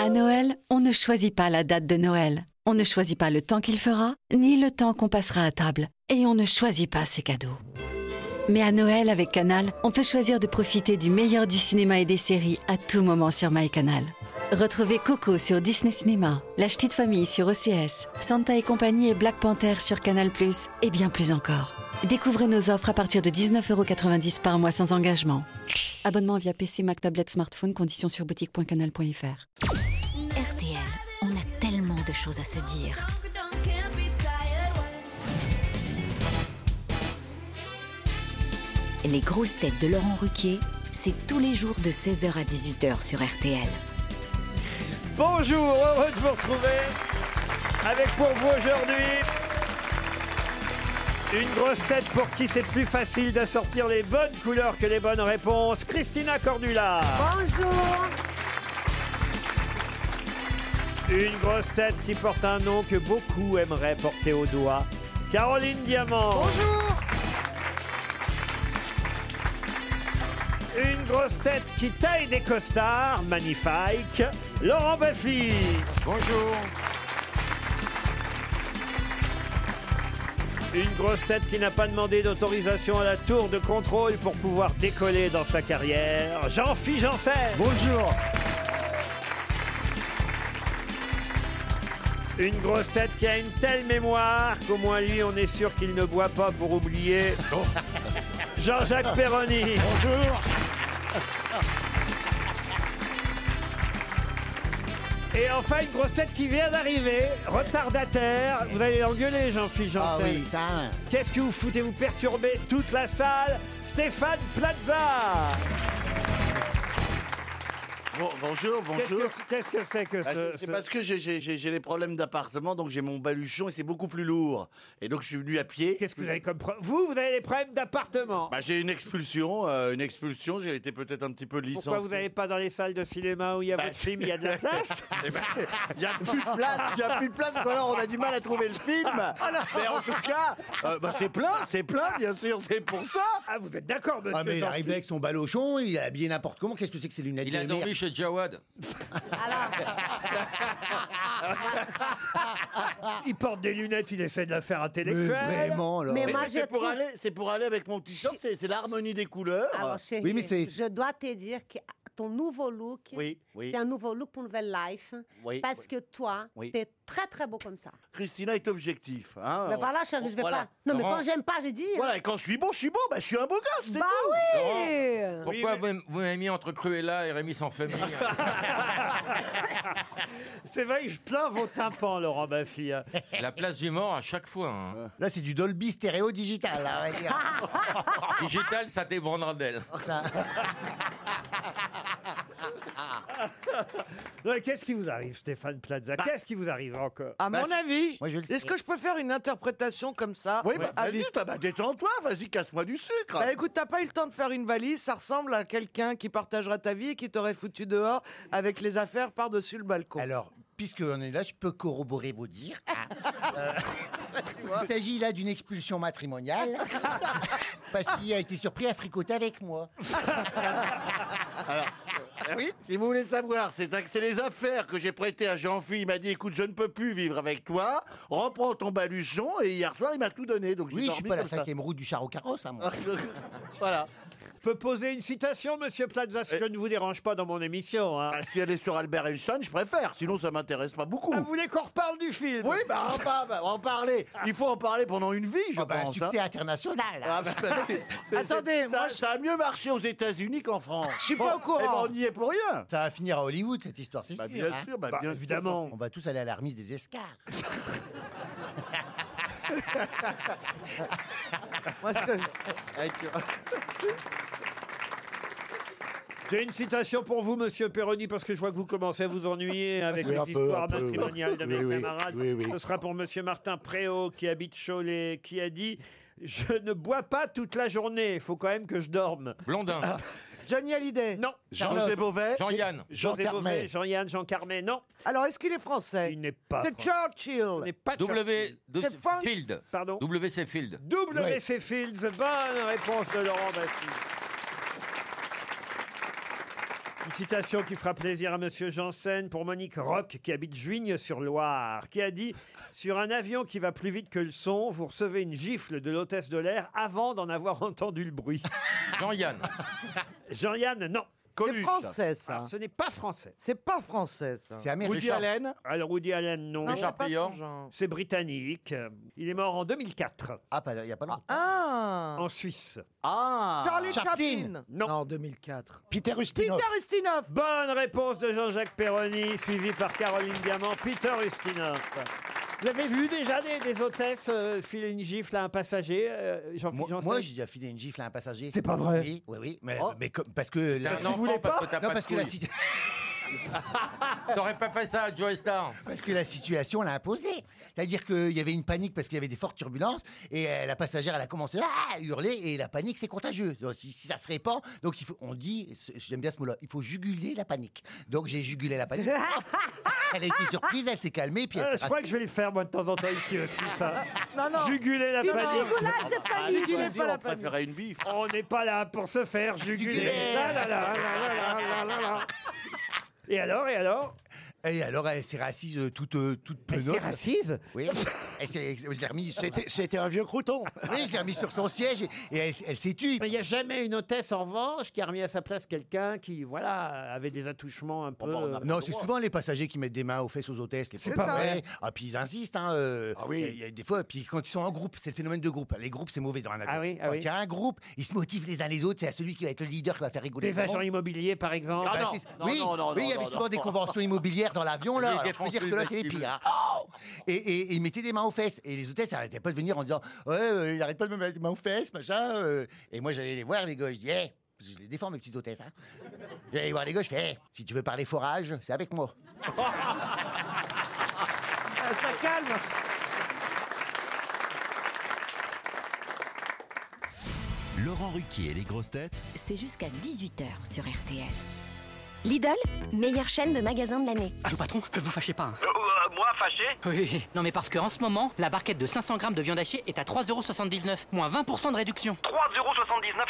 À Noël, on ne choisit pas la date de Noël. On ne choisit pas le temps qu'il fera, ni le temps qu'on passera à table. Et on ne choisit pas ses cadeaux. Mais à Noël, avec Canal, on peut choisir de profiter du meilleur du cinéma et des séries à tout moment sur MyCanal. Retrouvez Coco sur Disney Cinéma, La Ch'tite Famille sur OCS, Santa et compagnie et Black Panther sur Canal+, et bien plus encore. Découvrez nos offres à partir de 19,90€ par mois sans engagement. Abonnement via PC, Mac, tablette, smartphone, conditions sur boutique.canal.fr. RTL, on a tellement de choses à se dire. Les grosses têtes de Laurent Ruquier, c'est tous les jours de 16h à 18h sur RTL. Bonjour, heureux de vous retrouver avec pour vous aujourd'hui une grosse tête pour qui c'est plus facile d'assortir les bonnes couleurs que les bonnes réponses, Christina Cordula. Bonjour. Une grosse tête qui porte un nom que beaucoup aimeraient porter au doigt, Caroline Diamant. Bonjour. Une grosse tête qui taille des costards, magnifique, Laurent Baffy. Bonjour. Une grosse tête qui n'a pas demandé d'autorisation à la tour de contrôle pour pouvoir décoller dans sa carrière, Jean-Philippe Janssen. Bonjour. Une grosse tête qui a une telle mémoire qu'au moins lui, on est sûr qu'il ne boit pas pour oublier. Jean-Jacques Perroni. Bonjour. Et enfin, une grosse tête qui vient d'arriver, retardataire. Vous allez l'engueuler, Jean-Philippe Janssen. Ah oui, ça. Qu'est-ce que vous foutez Vous perturbez toute la salle. Stéphane Plaza. bonjour, bonjour. Qu'est-ce que Ah, c'est que ce... C'est parce que j'ai- j'ai j'ai- j'ai des problèmes d'appartement, donc j'ai mon baluchon et c'est beaucoup plus lourd. Et donc je suis venu à pied. Qu'est-ce que vous avez comme problème Vous, vous avez des problèmes d'appartement. bah, J'ai une expulsion, euh, une expulsion, j'ai été peut-être un petit peu licencié. Pourquoi vous n'allez pas dans les salles de cinéma où il y a votre film, il y a de la place Bah, Eh ben, Il n'y a plus de place, il n'y a plus de place, ou alors on a du mal à trouver le Ah, film. Mais en tout cas, euh, bah, c'est plein, c'est plein, bien sûr, c'est pour ça. Ah, vous êtes d'accord, Ah, mais il arrive là avec son balochon, il est habillé n'importe comment. Qu'est-ce que c'est que ces lunettes Il a de merde dormi chez Jawad. Il porte des lunettes, il essaie de la faire intellectuelle. Mais, mais c'est pour, aller- c'est pour aller avec mon t-shirt, c'est c'est l'harmonie des couleurs. Alors, chérie, Ah, je dois te dire que ton nouveau look, Oui, oui. c'est un nouveau look pour Nouvelle Life. Oui. Parce que toi, Oui. t'es très, très beau comme ça. Christina est objectif. Hein, Mais Ben voilà, chérie, je vais Voilà. pas. Non, mais Laurent. quand j'aime pas, hein. j'ai dit. Voilà, et quand je suis bon, je suis bon, bah, je suis un beau gosse, c'est Bah tout. oui Pourquoi vous m- vous m'avez mis entre Cruella et Rémi sans famille C'est vrai que je plains vos tympans, Laurent Baffy. La place du mort à chaque fois. hein. Là, c'est du Dolby stéréo digital. là, on va dire. Ah, Digital, ça débranlera d'elle. Non, mais Qu'est-ce qui vous arrive, Stéphane Plaza Qu'est-ce qui vous arrive encore Bah. À Bah, mon je- avis, moi, je le- est-ce que je peux faire une interprétation comme ça Oui, bah, à vas-y, vif t'as- bah, détends-toi, vas-y, casse-moi du sucre. Bah, écoute, t'as pas eu le temps de faire une valise, ça ressemble à quelqu'un qui partagera ta vie et qui t'aurait foutu dehors avec les affaires par-dessus le balcon. Alors, puisque on est là, je peux corroborer vos dires. Euh, il s'agit là d'une expulsion matrimoniale parce qu'il a été surpris à fricoter avec moi. oui Si vous voulez savoir, c'est un- c'est les affaires que j'ai prêtées à Jean-Philippe. Il m'a dit, écoute, je ne peux plus vivre avec toi, reprends ton baluchon, et hier soir, il m'a tout donné. Donc j'ai Oui, je suis dormi pas la comme ça. Ah, cinquième roue du char au carrosse, à moi. Ah, voilà. Je peux poser une citation, monsieur Plaza, ce que ne vous dérange pas dans mon émission. hein. Ah, si elle est sur Albert Einstein, je préfère, sinon ça m'intéresse pas beaucoup. Ah, vous voulez qu'on reparle du film Oui, bah, on va- bah, on va en parler. Il faut en parler pendant une vie, je Ah bah, pense. hein. succès international. Ah bah, c'est- c'est- Attendez, ça, moi, je- ça a mieux marché aux États-Unis qu'en France. Je suis pas au courant. eh ben, on n'y est pour rien. Ça va finir à Hollywood cette histoire, c'est Bah, sûr. bien hein. sûr, bah, Bah, bien sûr. Évidemment. On va tous aller à la remise des escars. Moi, ce que je- J'ai une citation pour vous, monsieur Perroni, parce que je vois que vous commencez à vous ennuyer avec Oui, les un peu, histoires un peu, oui. matrimoniales de mes Oui, oui, camarades. oui, oui. Ce sera pour monsieur Martin Préau, qui habite Cholet, qui a dit Je ne bois pas toute la journée, il faut quand même que je dorme. Ah. Blondin, Johnny Hallyday. Non. José Beauvais. Jean-Yann, José Carmet. Bové, Jean-Yann, Jean Carmet, non, Alors, est-ce qu'il est français il n'est pas. C'est français. Il Churchill. n'est pas W. de- C'est Fox. Field. Pardon. W. C'est Field. WC Fields, bonne réponse de Laurent Baffi. Une citation qui fera plaisir à Monsieur Janssen pour Monique Roch, qui habite Juigne-sur-Loire, qui a dit « Sur un avion qui va plus vite que le son, vous recevez une gifle de l'hôtesse de l'air avant d'en avoir entendu le bruit. Jean-Yann. » Jean-Yann, non. C'est français, ça. Alors, ce n'est pas français. C'est pas français, ça. C'est américain. Richard- Allen Alors Woody Allen, non. Non, Richard c'est pas Payan. son genre. C'est britannique. Il est mort en 2004, Ah, pas- il n'y a pas longtemps. Ah en Suisse. Ah Charlie Chaplin. Chaplin Non. 2004. Peter Peter Ustinov. Ustinov Bonne réponse de Jean-Jacques Perroni, suivi par Caroline Diamant, Peter Ustinov. Vous avez vu déjà des, des hôtesses euh, filer une gifle à un passager, euh, Jean-Philippe Moi, Janssen moi, j'ai déjà filé une gifle à un passager. C'est pas vrai. Oui, oui, oui. Mais, Oh. mais comme- parce que. la- T'as un enfant voulez parce pas que t'as Non, pas de parce que, la, couilles. si- T'aurais pas fait ça à Joy Star. parce que la situation l'a imposé. C'est-à-dire qu'il y avait une panique parce qu'il y avait des fortes turbulences et euh, la passagère, elle a commencé à hurler et la panique, c'est contagieux. Donc, si, si ça se répand, donc il faut, on dit, c'est- j'aime bien ce mot-là, il faut juguler la panique. Donc j'ai jugulé la panique. elle a été surprise, elle s'est calmée. Puis elle Euh, s'est Je crois que je vais le faire moi de temps en temps ici aussi, ça. Non, non. Juguler la panique. Goulage de Ah, panique. je dois est dire, pas la on préférait une bif. On n'est pas là pour se faire juguler. Juguler. La, la, la, Ah, la, la, la, la, la. Et alors, et alors Et alors, elle s'est assise euh, toute, euh, toute Elle penaud. s'est assise Oui. Elle s'est- je l'ai remis sur... C'était- C'était un vieux crouton. Oui, je l'ai remis sur son siège et, et elle, elle s'est tue. Mais il n'y a jamais une hôtesse, en revanche, qui a remis Oh, à sa place quelqu'un qui, voilà, avait des attouchements Oh, un peu... bah, on a- euh, Non, c'est souvent les passagers qui mettent des mains aux fesses aux hôtesses. Les C'est pauvres. pas vrai. Ah, puis ils insistent. Hein, euh, Ah oui. il y a- Il y a des fois, puis quand ils sont en groupe, c'est le phénomène de groupe. Les groupes, c'est mauvais dans un avion. Ah oui, ah quand oui. il y a un groupe, ils se motivent les uns les autres. C'est à celui qui va être le leader qui va faire rigoler. Des tout le monde. agents immobiliers, par exemple. Ah Bah, non, c'est- non, oui, non, non, oui, il y non, avait non, souvent non. des conventions immobilières dans l'avion, là. Les Alors, je peux dire que là, c'est les défenses pires. hein. Oh et, et- et ils mettaient des mains aux fesses. Et les hôtesses n'arrêtaient pas de venir en disant Ouais, euh, il arrête pas de me mettre des mains aux fesses, machin. euh. Et moi, j'allais les voir, les gars. Je dis Hé, parce que je les défends, mes petites hôtesses. hein. J'allais les voir les gars, je fais Hé, si tu veux parler forage, c'est avec moi. Ah, Ça calme Laurent Ruquier et les grosses têtes C'est jusqu'à 18h sur RTL. Lidl, meilleure chaîne de magasins de l'année. Allô patron, euh, vous fâchez pas. moi fâché Oui, non mais parce qu'en ce moment, la barquette de 500 grammes de viande hachée est à 3,79€, moins 20% de réduction. 3,79€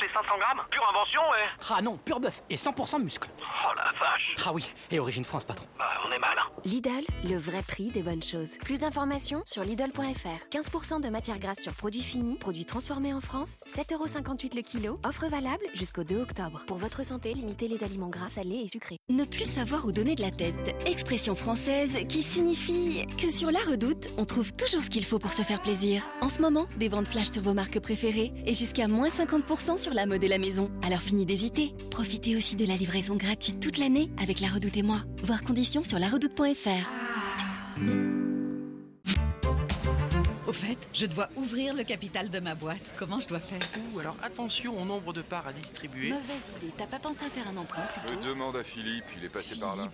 les 500 grammes Pure invention, ouais Ah non, pur bœuf et 100% muscle. Oh la vache Ah oui, et origine France patron. Bah, on est mal, hein Lidl, le vrai prix des bonnes choses. Plus d'informations sur Lidl.fr. 15% de matière grasse sur produits finis, produits transformés en France, 7,58€ le kilo. Offre valable jusqu'au 2 octobre. Pour votre santé, limitez les aliments gras, salés et sucrés. Ne plus savoir où donner de la tête. Expression française qui signifie que sur la redoute, on trouve toujours ce qu'il faut pour se faire plaisir. En ce moment, des ventes flash sur vos marques préférées et jusqu'à moins 50% sur la mode et la maison. Alors fini d'hésiter. Profitez aussi de la livraison gratuite toute l'année avec la redoute et moi. Voir conditions sur laredoute.fr. Au fait, je dois ouvrir le capital de ma boîte. Comment je dois faire Ou alors attention au nombre de parts à distribuer. Mauvaise idée, t'as pas pensé à faire un emprunt plutôt demande à Philippe, il est passé par là.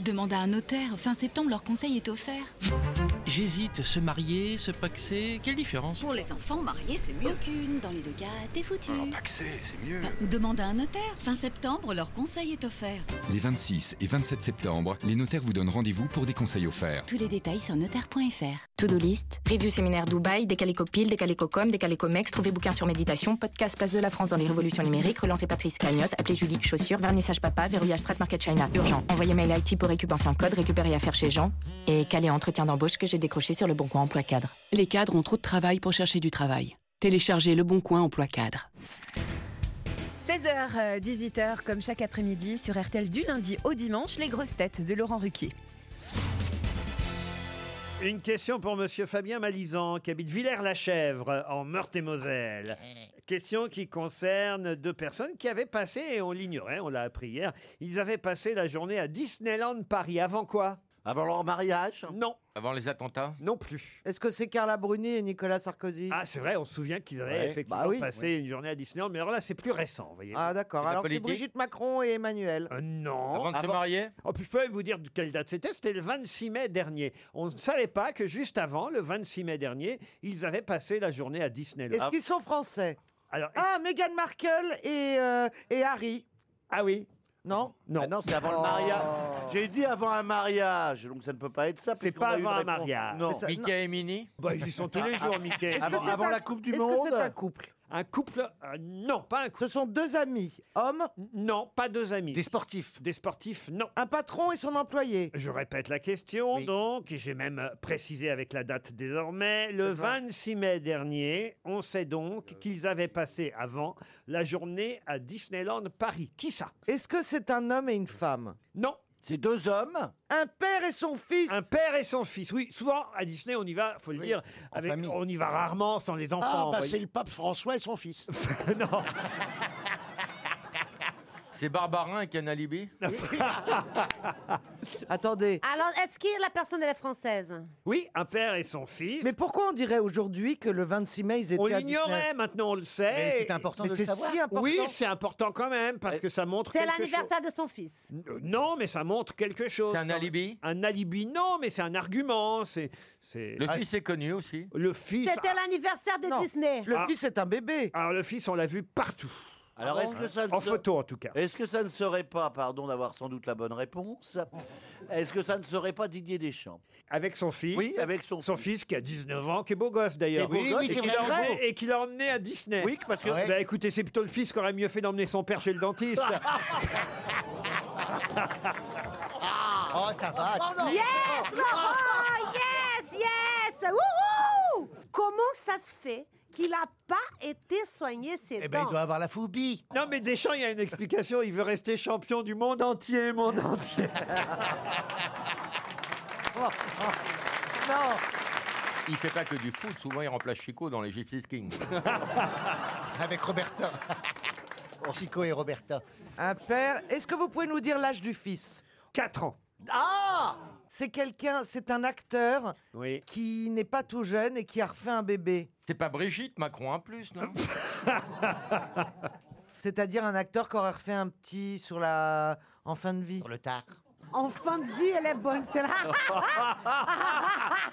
demande à un notaire. Fin septembre, leur conseil est offert. J'hésite, se marier, se paxer, quelle différence Pour les enfants mariés, c'est mieux. Oh, Aucune, dans les deux cas, t'es foutu. Accès, c'est mieux. Demande à un notaire. Fin septembre, leur conseil est offert. Les 26 et 27 septembre, les notaires vous donnent rendez-vous pour des conseils offerts. Tous les détails sur notaire.fr. To-do list, review séminaire Dubaï, décalé copil, décalé cocom, décalé comex, trouver bouquin sur méditation, podcast Place de la France dans les révolutions numériques, relancer Patrice Cagnotte, appeler Julie, chaussures, vernissage papa, verrouillage Strat Market China, urgent, envoyer mail à IT pour récupérer ancien code, récupérer affaires chez Jean, et caler entretien d'embauche que j'ai décroché sur le bon coin emploi cadre. Les cadres ont trop de travail pour chercher du travail. Téléchargez le bon coin emploi cadre. 16h, 18h, euh, comme chaque après-midi, sur RTL du lundi au dimanche, les grosses têtes de Laurent Ruquier. Une question pour Monsieur Fabien Malizan, qui habite Villers-la-Chèvre, en Meurthe-et-Moselle. Question qui concerne deux personnes qui avaient passé, et on l'ignorait, on l'a appris hier, ils avaient passé la journée à Disneyland Paris. Avant quoi Avant leur mariage Non, Avant les attentats non plus. Est-ce que c'est Carla Bruni et Nicolas Sarkozy Ah, c'est vrai, on se souvient qu'ils avaient Ouais, effectivement bah oui. passé une journée à Disneyland, mais alors là, c'est plus récent, vous voyez. Ah, d'accord. C'est la Alors c'est politique Brigitte Macron et Emmanuel. Euh, non. Avant de se Avant- marier En plus, Oh, je peux même vous dire de quelle date c'était. C'était le 26 mai dernier. On ne savait pas que juste avant, le 26 mai dernier, ils avaient passé la journée à Disneyland. Est-ce qu'ils sont français Alors, est-ce- Ah, Meghan Markle et, euh, et Harry. ah oui, Non Oh. non. Ah non, c'est avant le mariage. J'ai dit avant un mariage, donc ça ne peut pas être ça. C'est puisqu'on pas a eu une avant un réponse. mariage. Non. Mais ça- Mika et Mini Bah, ils y sont tous les jours, Mickey. Est-ce que Avant, c'est avant un- la Coupe du Est-ce que Monde c'est un couple Un couple euh, Non, pas un couple. Ce sont deux amis, hommes Non, pas deux amis. Des sportifs Des sportifs, non. Un patron et son employé Je répète la question, donc, et j'ai même euh, précisé avec la date désormais. Le Le vingt. 26 mai dernier, on sait donc qu'ils avaient passé avant la journée à Disneyland Paris. Qui ça Est-ce que c'est un homme et une femme Non. C'est deux hommes Un père et son fils Un père et son fils, oui. Souvent, à Disney, on y va, faut le dire, avec, on y va rarement sans les enfants. Ah, vous bah voyez. c'est le pape François et son fils. non. C'est Barbarin et alibi Attendez. Alors, est-ce que la personne, elle est française Oui, un père et son fils. Mais pourquoi on dirait aujourd'hui que le 26 mai, ils étaient On à l'ignorait, Disney maintenant on le sait. Mais c'est important Mais de le c'est Ah, savoir. si important. Oui, c'est important quand même, parce que ça montre C'est quelque l'anniversaire de son fils. chose. Euh, Non, mais ça montre quelque chose. C'est un alibi Un alibi, non, mais c'est un argument. C'est, c'est... Ah, Le fils est connu aussi. Le fils... C'était l'anniversaire de Disney. Ah. est un bébé. Alors le fils, on l'a vu partout. Alors, est-ce que ça ne En se- photo, en tout cas. Est-ce que ça ne serait pas, pardon d'avoir sans doute la bonne réponse, est-ce que ça ne serait pas Didier Deschamps Avec son fils. Oui, avec son, Son fils qui a 19 ans, qui est beau gosse d'ailleurs. Qui est beau Oui, gosse, oui, et c'est qui l'a vrai. emmené- et qui l'a emmené à Disney. Oui, parce que- Ouais. Bah, écoutez, c'est plutôt le fils qui aurait mieux fait d'emmener son père chez le dentiste. Oh, ça Ah, va. Oh. Yes, Laurent Yes, yes Wouhou Comment ça se fait qu'il n'a pas été soigné ses Eh dents ben, avoir la phobie. Non, mais Deschamps, il y a une explication. Il veut rester champion du monde entier, monde entier. Oh, Non. Il fait pas que du foot, souvent il remplace Chico dans les Gypsy Kings. Avec Roberta. Chico et Roberta. Un père. Est-ce que vous pouvez nous dire l'âge du fils 4 ans. Ah C'est quelqu'un, c'est un acteur Oui. qui n'est pas tout jeune et qui a refait un bébé. C'est pas Brigitte Macron un plus, non C'est-à-dire un acteur qui aurait refait un petit sur la... en fin de vie. Sur le tard. En fin de vie, elle est bonne, celle-là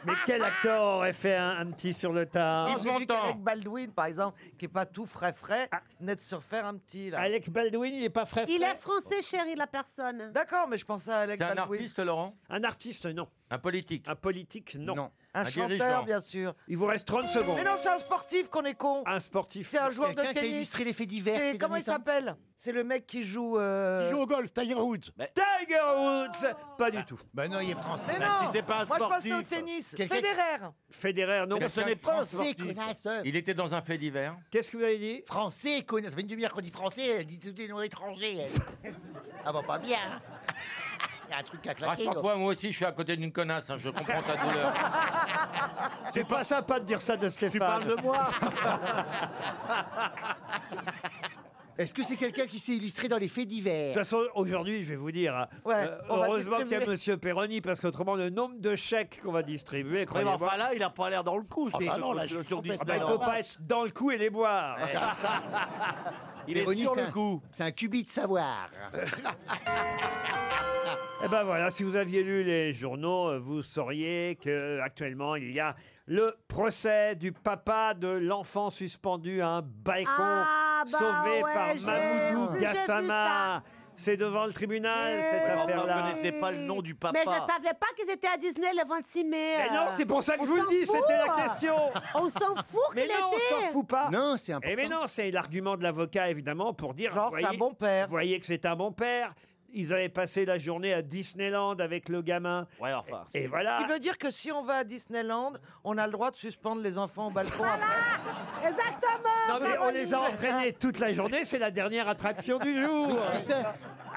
Mais quel acteur aurait fait un, un petit sur le tard J'ai vu qu'Alec Baldwin, par exemple, qui n'est pas tout frais frais, venait de se refaire un petit. Là. Ah. Alec Baldwin, il n'est pas frais Il est français, chérie, la personne. D'accord, mais je pensais à Alec C'est un Baldwin. artiste, Laurent Un artiste, non. Un politique Un politique, non. Un, chanteur, bien sûr. Il vous reste 30 secondes. Mais non, c'est un sportif qu'on est con. Un sportif. C'est un joueur de Quelqu'un tennis. qui a illustré les faits divers C'est- ces Comment derniers il s'appelle C'est le mec qui joue. euh, Qui joue au golf, Tiger Woods. Tiger Woods Pas du tout. Ben non, il est français. Mais non, moi je pensais au tennis. Federer. Fédéraire, non. Mais ce n'est pas un sportif. Il était dans un fait divers. Qu'est-ce que vous avez dit Français, connaît. Ça fait une demi-heure qu'on dit français, elle dit tous des noms étrangers. Elle. elle va pas bien. hein. Il y a un truc à claquer. Rassure-toi, moi aussi je suis à côté d'une connasse, hein, je comprends ta douleur. C'est pas sympa de dire ça de Stéphane. Tu parles de moi. Est-ce que c'est quelqu'un qui s'est illustré dans les faits divers De toute façon, aujourd'hui, je vais vous dire, hein, Ouais, euh, on va heureusement qu'il y a distribuer. Monsieur Perroni, parce qu'autrement, le nombre de chèques qu'on va distribuer, Oui, mais croyez-moi, enfin là, il a pas l'air dans le coup. Ah c'est- bah non, là, sur- je suis sur complètement Disneyland. dans le coup. Pas être dans le coup et les boire. Eh, ça, il est Véronique, sur c'est le un- coup. C'est un cubit de savoir. Eh ben voilà, si vous aviez lu les journaux, euh, vous sauriez que actuellement il y a le procès du papa de l'enfant suspendu à un balcon Ah, bah sauvé ouais, par j'ai vu, Mamoudou j'ai vu Gassama. C'est devant le tribunal cette Ouais, enfin, affaire-là. Oh, vous connaissez pas le nom du papa. Eh Mais je savais pas qu'ils étaient à Disney le 26 mai. Mais euh. non, c'est pour ça que je vous le dis, s'en c'était la fout. question. On s'en fout qu'il Mais était. non, on s'en fout pas. Non, c'est Et mais non, c'est l'argument de l'avocat évidemment pour dire genre c'est un bon père. Vous voyez que c'est un bon père. Ils avaient passé la journée à Disneyland avec le gamin. Ouais, enfin. Et voilà. Il veut dire que si on va à Disneyland, on a le droit de suspendre les enfants au balcon. Exactement. Non mais on les a entraînés toute la journée, c'est la dernière attraction du jour. Putain.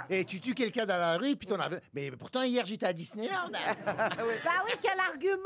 Et tu tues quelqu'un dans la rue, puis t'en as... Mais pourtant, hier, j'étais à Disneyland. Ah Bah oui, quel argument.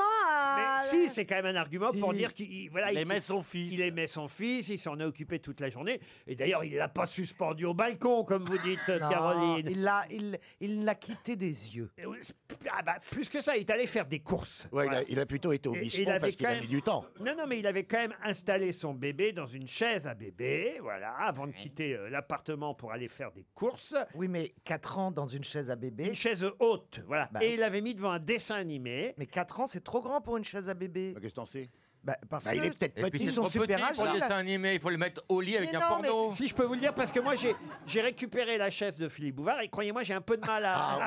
Mais euh, si, c'est quand même un argument Si. pour dire qu'il il- voilà, Il aimait s'est- son fils. Il aimait son fils, il s'en est occupé toute la journée. Et d'ailleurs, il l'a pas suspendu au balcon, comme vous dites, Non, Caroline. Il l'a, il, il l'a quitté des yeux. Et oui, c'est- Ah bah, plus que ça, il est allé faire des courses. Ouais, il, a, il a plutôt été au Et- et bistrot il avait parce qu'il quand a mis même- du temps. Non, non, mais il avait quand même installé son bébé dans une chaise à bébé, voilà, avant de quitter euh, l'appartement pour aller faire des courses. Oui, mais 4 ans dans une chaise à bébé. Une chaise haute, voilà. Bah Et il l'avait mis devant un dessin animé. Mais 4 ans, c'est trop grand pour une chaise à bébé. Qu'est-ce que t'en sais Bah, parce Bah, que il est peut-être Et puis Ils c'est sont trop super petit pour hein. âgés. le dessin animé, il faut le mettre au lit avec Mais un non, mais- porno. Si je peux vous le dire, parce que moi, j'ai j'ai récupéré la chaise de Philippe Bouvard et croyez-moi, j'ai un peu de mal à...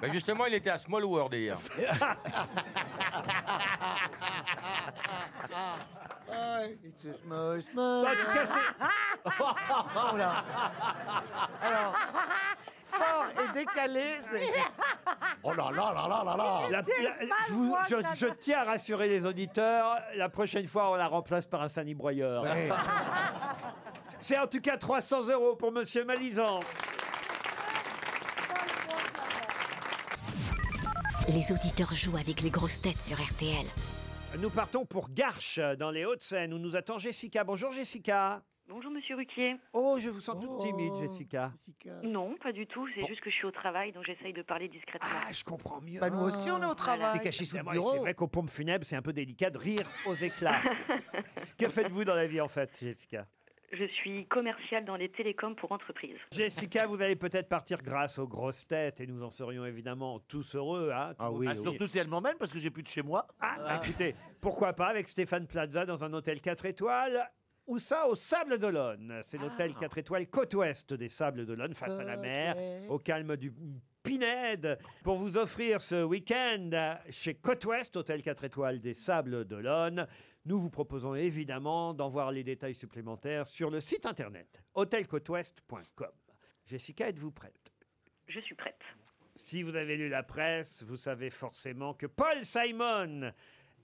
Bah, justement, il était à Small World hier. It's a small, small- Bah, En tout cas, c'est- Oh là. Alors, fort et décalé, c'est... Ah, Oh là là là là là là La- la- je, vous- je- je tiens à rassurer les auditeurs, la prochaine fois, on la remplace par un sanibroyeur. Ouais. C'est en tout cas 300 euros pour Monsieur Malizan. Les auditeurs jouent avec les grosses têtes sur RTL. Nous partons pour Garches, dans les Hauts-de-Seine, où nous attend Jessica. Bonjour Jessica. Bonjour Monsieur Ruquier. Oh, je vous sens toute timide, Jessica. Non, pas du tout. C'est juste que je suis au travail, donc j'essaye de parler discrètement. Ah, je comprends mieux. Bah, nous aussi, Oh, on est au travail. T'es caché sous le Évidemment, et bureau. C'est vrai qu'aux pompes funèbres, c'est un peu délicat de rire aux éclats. que faites-vous dans la vie, en fait, Jessica Je suis commercial dans les télécoms pour entreprises. Jessica, vous allez peut-être partir grâce aux grosses têtes et nous en serions évidemment tous heureux. Hein, ah oui, Ah, oui. surtout si elle m'emmène parce que j'ai plus de chez moi. Ah, bah, écoutez, pourquoi pas avec Stéphane Plaza dans un hôtel 4 étoiles ou ça au Sable d'Olonne. C'est l'hôtel 4 étoiles côte ouest des Sables d'Olonne face à la Côte mer, ouest. au calme du Pinède pour vous offrir ce week-end euh, chez Côte Ouest, Hôtel 4 étoiles des Sables d'Olonne. Nous vous proposons évidemment d'en voir les détails supplémentaires sur le site internet hôtelcôteouest.com. Jessica, êtes-vous prête Je suis prête. Si vous avez lu la presse, vous savez forcément que Paul Simon,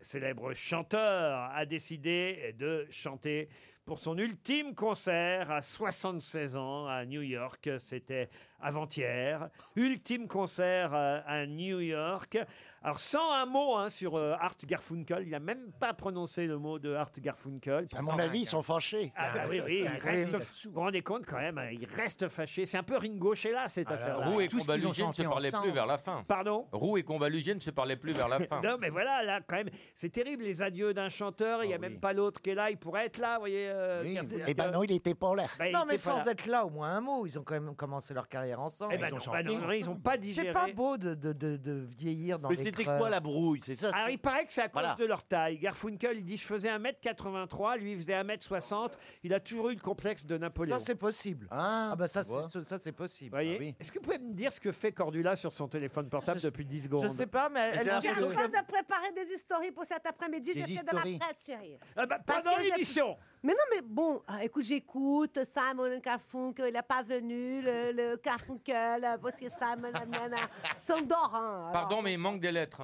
célèbre chanteur, a décidé de chanter pour son ultime concert à 76 ans à New York. C'était avant-hier. Ultime concert euh, à New York. Alors, sans un mot hein, sur euh, Art Garfunkel, il n'a même pas prononcé le mot de Art Garfunkel. À mon avis, ils sont fâchés. Ah bah oui, oui, il Ah, oui. reste, vous vous rendez compte quand même, hein, il reste fâché. C'est un peu Ringo chez là cette affaire-là. Ah Roux et Convalugier ne se parlaient plus vers la fin. Pardon Roux et Convalugier ne se parlaient plus vers la fin. non, mais voilà, là, quand même, c'est terrible les adieux d'un chanteur. Il Ah n'y a même pas l'autre qui est là. Il pourrait être là, vous voyez. euh, Garfunkel. Eh ben non, il était pas là. Bah, il non, mais était pas sans là. être là, au moins un mot. Ils ont quand même commencé leur carrière ensemble. Eh ben ils non, bah non, non, ils ont pas digéré. C'est pas beau de, de, de, de vieillir dans Mais les c'était creux. quoi la brouille C'est ça Alors, il paraît que c'est à cause Voilà. de leur taille. Garfunkel, il dit Je faisais 1m83, lui, il faisait 1m60. Il a toujours eu le complexe de Napoléon. Ça, c'est possible. Ah, bah ça, c'est, ça, c'est possible. Ah Voyez Est-ce que vous pouvez me dire ce que fait Cordula sur son téléphone portable depuis 10 secondes sais pas, mais elle- Eh bien, elle- J'ai c'est en le- train de préparer des histories pour cet après-midi. Des J'ai fait de la histories. presse, chérie. Ah bah, Parce pendant que j'ai- l'émission. Mais non, mais bon, euh, écoute, j'écoute Simon Carfunkel, il n'est pas venu, le, le Carfunkel, euh, parce que Simon nanana, s'endort. Hein, alors. Pardon, mais il manque des lettres.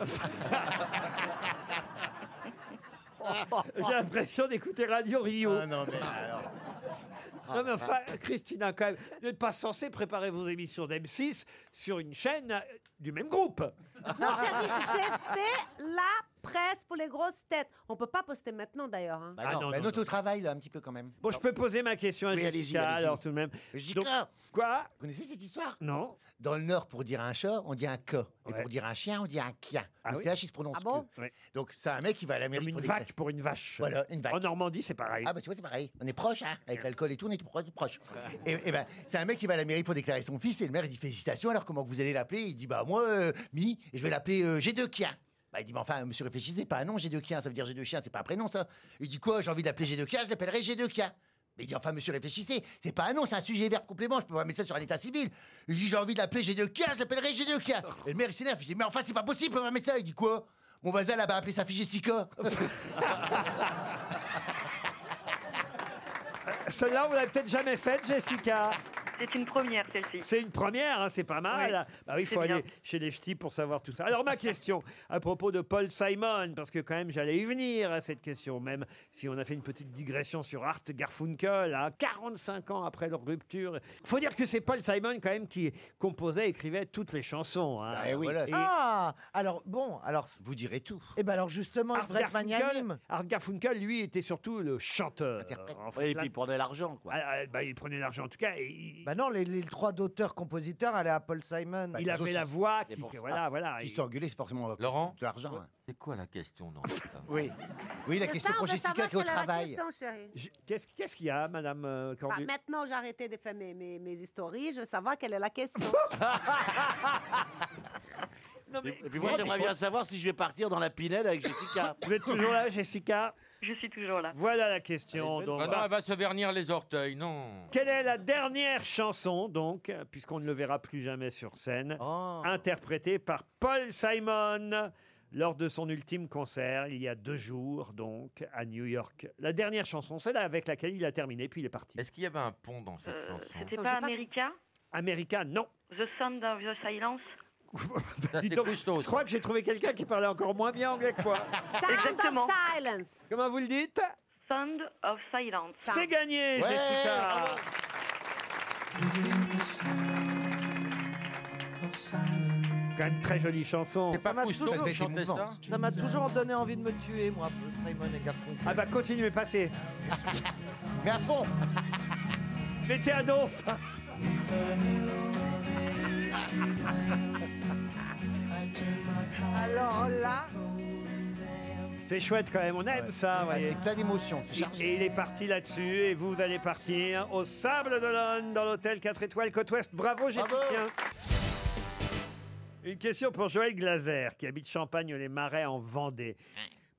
J'ai l'impression d'écouter Radio Rio. Ah non, mais alors. Non, mais enfin, Christina, quand même, vous n'êtes pas censée préparer vos émissions d'M6 sur une chaîne euh, du même groupe. Non, chérie, j'ai fait la presse pour les grosses têtes. On peut pas poster maintenant, d'ailleurs. hein. Ah non, bah, note au travail, là, un petit peu quand même. Bon, je peux poser ma question à Oui, allez-y, Jessica, allez-y. alors tout de même. Donc, quoi Vous connaissez cette histoire Non. Dans le Nord, pour dire un chat, on dit un que. Et pour dire un chien, on dit un kia. le Ah oui CH, il se prononce que. Donc, c'est un mec qui va à la mairie. Une pour vache pour une vache. Voilà, une vache. En Normandie, c'est pareil. Ah, bah tu vois, c'est pareil. On est proche, hein. Avec l'alcool et tout, on est tout pro- tout proche. et, et ben, c'est un mec qui va à la mairie pour déclarer son fils. Et le maire, il dit Félicitations, alors comment vous allez l'appeler Il dit Bah, moi, euh, mi, et je vais l'appeler euh, G2 kia. Bah, il dit, mais enfin, monsieur, réfléchissez pas. Non, G2 kia, ça veut dire G2 chien, c'est pas un prénom, ça. Il dit quoi J'ai envie d'appeler G2 kia, je l'appellerai G2 kia. Mais il dit, enfin, monsieur, réfléchissez. C'est pas un nom, c'est un sujet verbe complément. Je peux pas mettre ça sur un état civil. Il dit, j'ai envie de l'appeler G2K, je l'appellerai G2K. Oh. Et le maire, il s'énerve. Il dit, mais enfin, c'est pas possible, on peut pas mettre ça. Il dit, quoi Mon voisin, là-bas, a appelé sa fille Jessica. Celle-là, on l'a peut-être jamais faite, Jessica. C'est une première, celle-ci. C'est une première, hein, c'est pas mal. Oui. Bah oui, il C'est faut bien. aller chez les ch'tis pour savoir tout ça. Alors, ma question à propos de Paul Simon, parce que quand même, j'allais y venir à cette question, même si on a fait une petite digression sur Art Garfunkel, hein, 45 ans après leur rupture. faut dire que c'est Paul Simon, quand même, qui composait, écrivait toutes les chansons. hein. Bah Voilà. Et- Ah, alors bon, alors. Vous direz tout. Et ben alors justement, il Art devrait être magnanime. Garfunkel, Art Garfunkel, lui, était surtout le chanteur. En fait, Oui, et puis là- il prenait l'argent, quoi. Ah, ah, bah, il prenait l'argent, en tout cas. et il- Bah non, les, les droits d'auteur-compositeur allaient à Paul Simon. Bah, il avait Bah, la voix qui, que- voilà, voilà. Ils il- sont engueulés, c'est forcément euh, Laurent de l'argent. hein. C'est quoi la question non Oui. Oui, la C'est question ça, on pour veut Jessica savoir qui est au quelle est la travail. question, chérie. Je- Qu'est-ce qu'est-ce qu'il y a, madame euh, Bah, Cordu maintenant, j'ai arrêté de faire mes, mes, mes histories. Je veux savoir quelle est la question. Et puis moi, j'aimerais bien savoir si je vais partir dans la Pinède avec Jessica. Vous êtes toujours là, Jessica Je suis toujours là. Voilà la question. Ah donc. non, elle va se vernir les orteils, non. Quelle est la dernière chanson, donc, Oh. puisqu'on ne le verra plus jamais sur scène, interprétée par Paul Simon lors de son ultime concert, il y a deux jours donc, à New York. La dernière chanson, celle avec laquelle il a terminé, puis il est parti. Est-ce qu'il y avait un pont dans cette Euh, C'était pas America America, non. The Sound of the Silence Dis donc, je crois que j'ai trouvé quelqu'un qui parlait encore moins bien anglais que moi. Exactement. Silence. Comment vous le dites Sound of Silence. C'est gagné, Ouais, Jessica bravo. Quand même très jolie chanson. C'est Ça m'a toujours, ça m'a toujours donné envie de me tuer, moi, Simon et Garfunkel. Ah bah continuez, passez. Mais à fond Mettez à donf Alors là, C'est chouette quand même, on aime ça. c'est plein d'émotions. Et il est parti là-dessus, et vous, vous allez partir au Sable d'Olonne, dans l'hôtel 4 étoiles Côte-Ouest. Bravo, Jessica Une question pour Joël Glaser, qui habite Champagne-les-Marais en Vendée.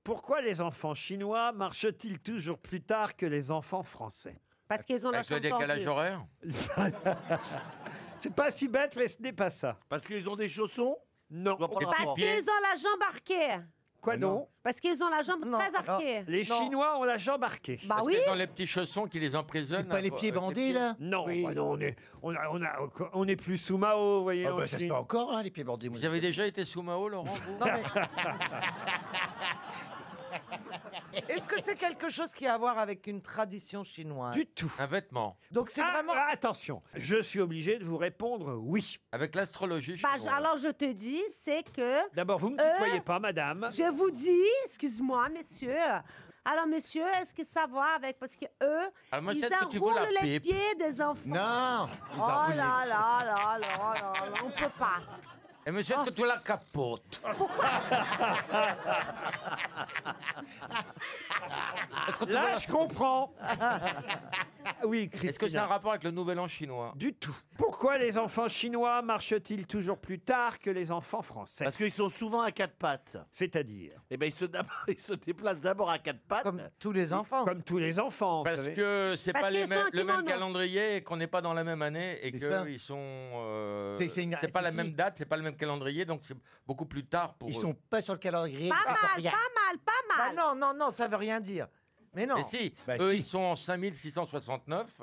Pourquoi les enfants chinois marchent-ils toujours plus tard que les enfants français Parce qu'ils ont la Avec le chambre décalage d'envie. horaire C'est pas si bête, mais ce n'est pas ça. Parce qu'ils ont des chaussons Non. Parce qu'ils ont la jambe arquée. Quoi donc Parce qu'ils ont la jambe très arquée. Les Chinois ont la jambe arquée. Bah Parce oui. que dans les petits chaussons qui les emprisonnent. hein, pour- euh, les pieds. Non, bah non, on est, on a- on a- on est plus sous Mao, vous voyez. Ah en bah, ça se Chine. fait Encore, hein, les pieds bandés. Vous avez déjà été sous Mao, Laurent vous est-ce que c'est quelque chose qui a à voir avec une tradition chinoise Du tout. Un vêtement. Donc c'est vraiment. Attention, je suis obligé de vous répondre oui. Avec l'astrologie. Bah, je- alors je te dis, c'est que. D'abord, vous ne me Euh, tutoyez pas, madame. Je vous dis, excuse-moi, monsieur. Alors, monsieur, est-ce que ça va avec. Parce que eux, Ah, moi, ils peut-être que tu veux enroulent la les pipe. pieds des enfants. Non, ils Oh là enroulent là les- là là là là, on peut pas. Et Eh, monsieur, est-ce que tu la capotes Là, je comprends. Ah, Ah Oui, Est-ce que c'est un rapport avec le Nouvel An chinois Du tout. Pourquoi les enfants chinois marchent-ils toujours plus tard que les enfants français Parce qu'ils sont souvent à quatre pattes. C'est-à-dire Eh ben, ils se, d'abord- ils se déplacent d'abord à quatre pattes. Comme tous les enfants. Comme tous les enfants. Parce que c'est Parce pas les qu'ils sont mêmes- en le même kimono. calendrier et qu'on n'est pas dans la même année et ça. qu'ils sont. euh, C'est- c'est une- c'est pas la c'est- même date, c'est pas le même calendrier, donc c'est beaucoup plus tard pour Ils eux. sont pas sur le calendrier. Pas mal, pas mal, pas mal. Bah non, non, non, ça veut rien dire. Mais non. Mais si, Euh, Bah, eux si. ils sont en 5669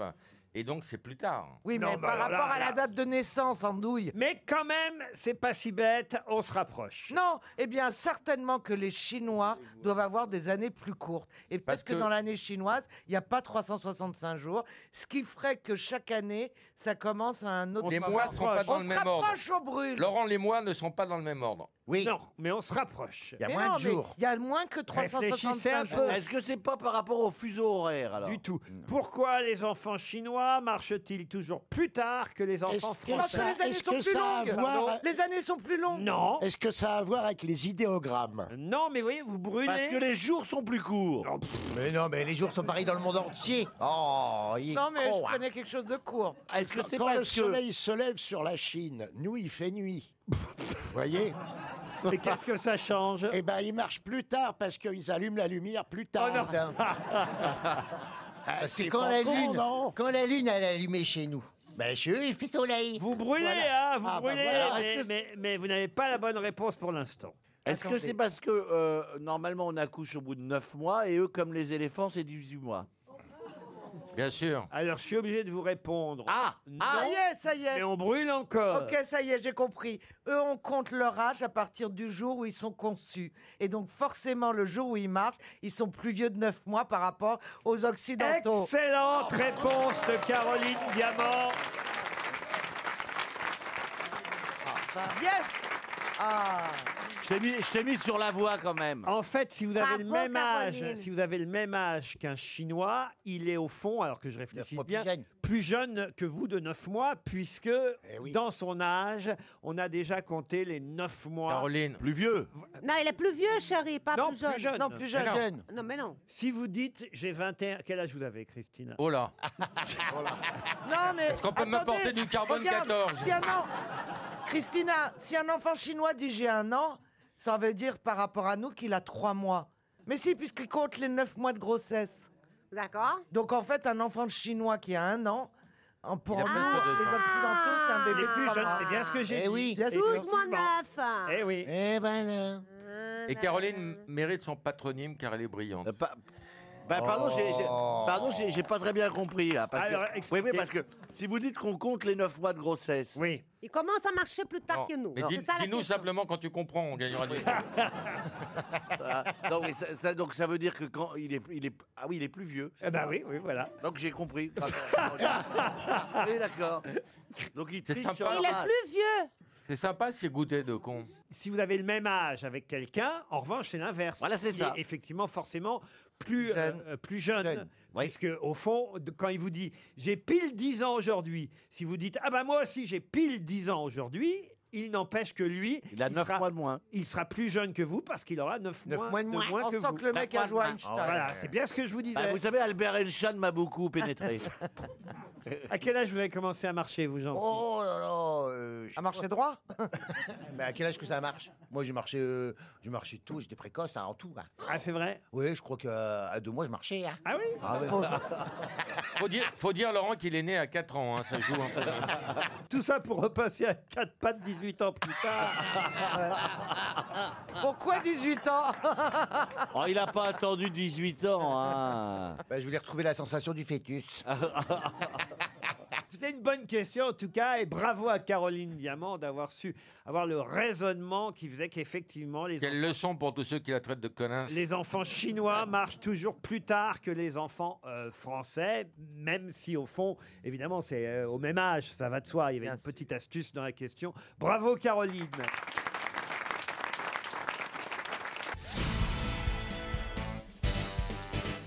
et donc c'est plus tard. Oui, mais par rapport à la date de naissance, Andouille. Mais quand même, c'est pas si bête, on se rapproche. Non, eh bien, certainement que les Chinois doivent avoir des années plus courtes. Et Parce peut-être que, que- dans l'année chinoise, il n'y a pas 365 jours, ce qui ferait que chaque année, ça commence à un autre Les moment. mois ne sont pas dans On le se même ordre. rapproche, on brûle. Laurent, les mois ne sont pas dans le même ordre. Oui. Non, mais on se rapproche. Mais non, mais Il y a moins que 365 jours. Est-ce que c'est pas par rapport au fuseau horaire alors Hmm. Du tout. Pourquoi les enfants chinois marchent-ils toujours plus tard que les enfants Est-ce que français ça- est-ce que ça a à voir- Pardon Les années sont plus longues. Non. Est-ce que ça a à voir avec les idéogrammes Non, mais voyez, vous brûlez. Parce que les jours sont plus courts. mais non, mais les jours sont pareils dans le monde entier. Oh, il est Non, mais con, je hein. connais quelque chose de court. Est-ce Quand, quand le soleil se lève sur la Chine, nous, il fait nuit. Vous voyez Mais qu'est-ce que ça change Oh Eh ben, ils marchent plus tard parce qu'ils allument la lumière plus Oh tard. Hein. Ah, C'est c'est quand pas la con, lune, non quand la lune elle est allumée chez nous. Ben chez eux, il fait soleil. Vous brûlez, Voilà. hein, vous Ah, bah brûlez, voilà. mais, mais- mais vous n'avez pas la bonne réponse pour l'instant. Est-ce que c'est parce que euh, normalement on accouche au bout de 9 mois et eux, comme les éléphants, c'est 18 mois Bien sûr. Alors, je suis obligé de vous répondre. Ah, Ah, ça y est, ça y est. Mais on brûle encore. Ok, ça y est, j'ai compris. Eux, on compte leur âge à partir du jour où ils sont conçus. Et donc, forcément, le jour où ils marchent, ils sont plus vieux de 9 mois par rapport aux Occidentaux. Oh. Excellente réponse de Caroline Diamant. Yes Ah Je t'ai mis, je t'ai mis sur la voie quand même. En fait, si vous avez le Bravo, même âge, Caroline. si vous avez le même âge qu'un Chinois, il est au fond, alors que je réfléchis bien, plus jeune. que vous de 9 mois, puisque Eh dans son âge, on a déjà compté les 9 mois. Caroline, plus vieux. Non, il est plus vieux, chérie, pas Non, plus jeune. plus jeune. Non, plus jeune. Non. Jeune. Non, mais non. Si vous dites j'ai 21, quel âge vous avez, Christine Oh là. Non, mais. Est-ce qu'on peut m'apporter du carbone 14? Si un an- Christina, si un enfant chinois dit j'ai un an, ça veut dire par rapport à nous qu'il a trois mois. Mais si, puisqu'il compte les neuf mois de grossesse. D'accord Donc en fait, un enfant chinois qui a un an, en- pour Il a en- plus de pour deux les ans. Occidentaux, c'est un Il bébé est de plus trois jeune, mois. c'est bien ce que j'ai Eh dit. oui, bien sûr. Douze moins neuf. euh. Eh oui. Eh ben là. Et Caroline mérite son patronyme car elle est brillante. Oh. Bah, pardon, j'ai- j'ai- pardon, j'ai- j'ai pas très bien compris là. Parce Alors, que, oui, expliquez. oui, parce que si vous dites qu'on compte les 9 mois de grossesse. Oui. Il commence à marcher plus tard que nous. Oh, Mais dis- C'est ça la dis-nous question. simplement quand tu comprends, on gagnera du Ah, non, mais ça, ça- donc ça veut dire que quand il est, il est, ah oui, il est plus vieux. Eh ben oui, oui, voilà. Donc j'ai compris. D'accord. Oui, d'accord. Donc il C'est triche sympa. sur leur Il est âge. plus vieux. C'est sympa ces goûters de con. Si vous avez le même âge avec quelqu'un, en revanche, c'est l'inverse. Voilà, c'est Il ça. est effectivement, forcément, plus jeune. plus jeune, Puisque, au fond, de- quand il vous dit j'ai pile 10 ans aujourd'hui, si vous dites ah bah moi aussi j'ai pile 10 ans aujourd'hui, il n'empêche que lui. Il a 9 mois de moins. Il sera plus jeune que vous parce qu'il aura 9, Neuf mois, mois de moins. On que sent vous. que le mec a joué à Einstein. Voilà, c'est bien ce que je vous disais. Ah, vous savez, Albert Einstein m'a beaucoup pénétré. à quel âge vous avez commencé à marcher, vous, Jean Oh là là euh, je- À marcher droit Mais ben, à quel âge que ça marche Moi, j'ai marché, euh, j'ai marché tôt, j'étais précoce hein, en tout. Ah, c'est vrai Oui, je crois qu'à deux mois, je marchais. hein. Ah oui Faut dire, faut dire Laurent qu'il est né à 4 ans, hein, ça joue un peu. Tout ça pour repasser à 4 pattes 18 ans plus tard. Pourquoi 18 ans Oh, il n'a pas attendu 18 ans. hein. Bah, je voulais retrouver la sensation du fœtus. Ah, C'était une bonne question en tout cas et bravo à Caroline Diamant d'avoir su avoir le raisonnement qui faisait qu'effectivement les, Quelle leçon pour tous ceux qui la traitent de connasse. les enfants chinois marchent toujours plus tard que les enfants euh, français, même si au fond, évidemment, c'est euh, au même âge, ça va de soi. Il y avait une petite astuce dans la question. Bravo Caroline.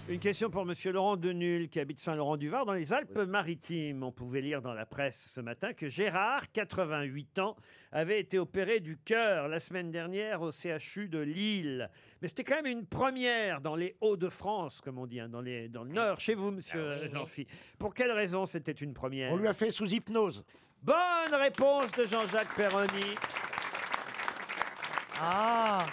Une question pour Monsieur Laurent Denul, qui habite Saint-Laurent-du-Var, dans les Alpes-Maritimes. On pouvait lire dans la presse ce matin que Gérard, 88 ans, avait été opéré du cœur la semaine dernière au CHU de Lille. Mais c'était quand même une première dans les Hauts-de-France, comme on dit, hein, dans, les, dans le Nord, chez vous, Monsieur Jean-Phi. Pour quelle raison c'était une première Ah On lui a fait sous hypnose. Bonne réponse de Jean-Jacques Perroni. Ah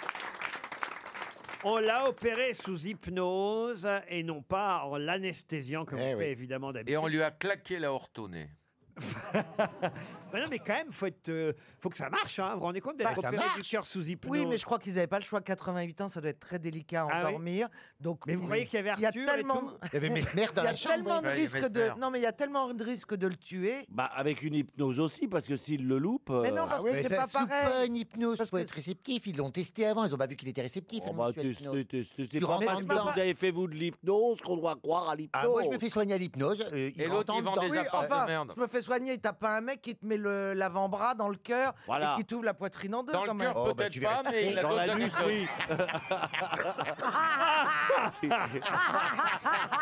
on l'a opéré sous hypnose et non pas en l'anesthésiant comme on fait évidemment d'habitude. Et on lui a claqué la hortonnée. Mais non, mais quand même, faut être, euh, faut que ça marche. Hein. Vous vous rendez compte Bah, d'être ça opéré marche. du cœur sous hypnose Oui, mais je crois qu'ils n'avaient pas le choix. 88 ans, ça doit être très délicat à Ah oui endormir. Donc, Mais vous ils- croyez qu'il y avait il y a Arthur et tellement- tout Il y avait Mesmer dans Il y a la chambre, tellement oui. de Ouais, il y risques avait de. Mesmer. Non, mais il y a tellement de risques de le tuer. Bah, avec une hypnose aussi, parce que s'il le loupe. euh, Mais non, Ah, parce que c'est pas pareil. Pas une hypnose, faut être réceptif. Ils l'ont testé avant, ils n'ont pas vu qu'il était réceptif. On le va monsieur à l'hypnose. tester, tester. Tu C'est pas rentres parce en que dedans. vous avez fait vous de l'hypnose qu'on doit croire à l'hypnose. Ah, moi, je me fais soigner à l'hypnose. euh, ils l'autre, rentrent il vend dedans. des Oui, apparts de enfin, merde. Je me fais soigner, t'as pas un mec qui te met le- l'avant-bras dans le cœur Voilà. et qui t'ouvre la poitrine en deux Dans le quand même. cœur, Oh, Oh, bah, bah, peut-être pas, mais il a Dans d'autres l'anus, anecdotes. oui.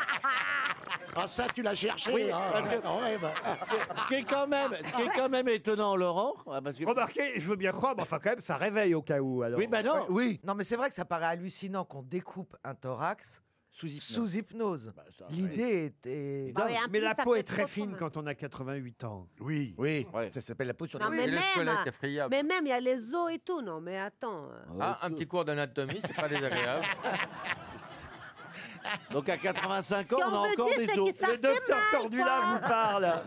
Ah ça, tu l'as cherché. Oui, hein. parce que- Oh, eh ben. Quand même. Ce qui est quand même, ce qui est quand même étonnant, Laurent. ah, parce que- Remarquez, je veux bien croire, mais enfin quand même, ça réveille au cas où. Alors. Oui, bah non. Oui. Non, mais c'est vrai que ça paraît hallucinant qu'on découpe un thorax sous hypnose. Sous hypnose. Bah, L'idée est. est- Bah ouais, un mais peu, la ça peau fait est très trop fine mal. quand on a 88 ans. Oui. Oui, ça s'appelle la peau sur Non, la mais, Et le squelette est même, friable. mais même, il y a les os et tout. Non, mais attends. euh. Ah, un petit cours d'anatomie, c'est pas désagréable. Donc à 85 ans, Ce qu'on on a veut encore dire, des c'est que os. ça Le docteur mal, Cordula quoi. vous parle.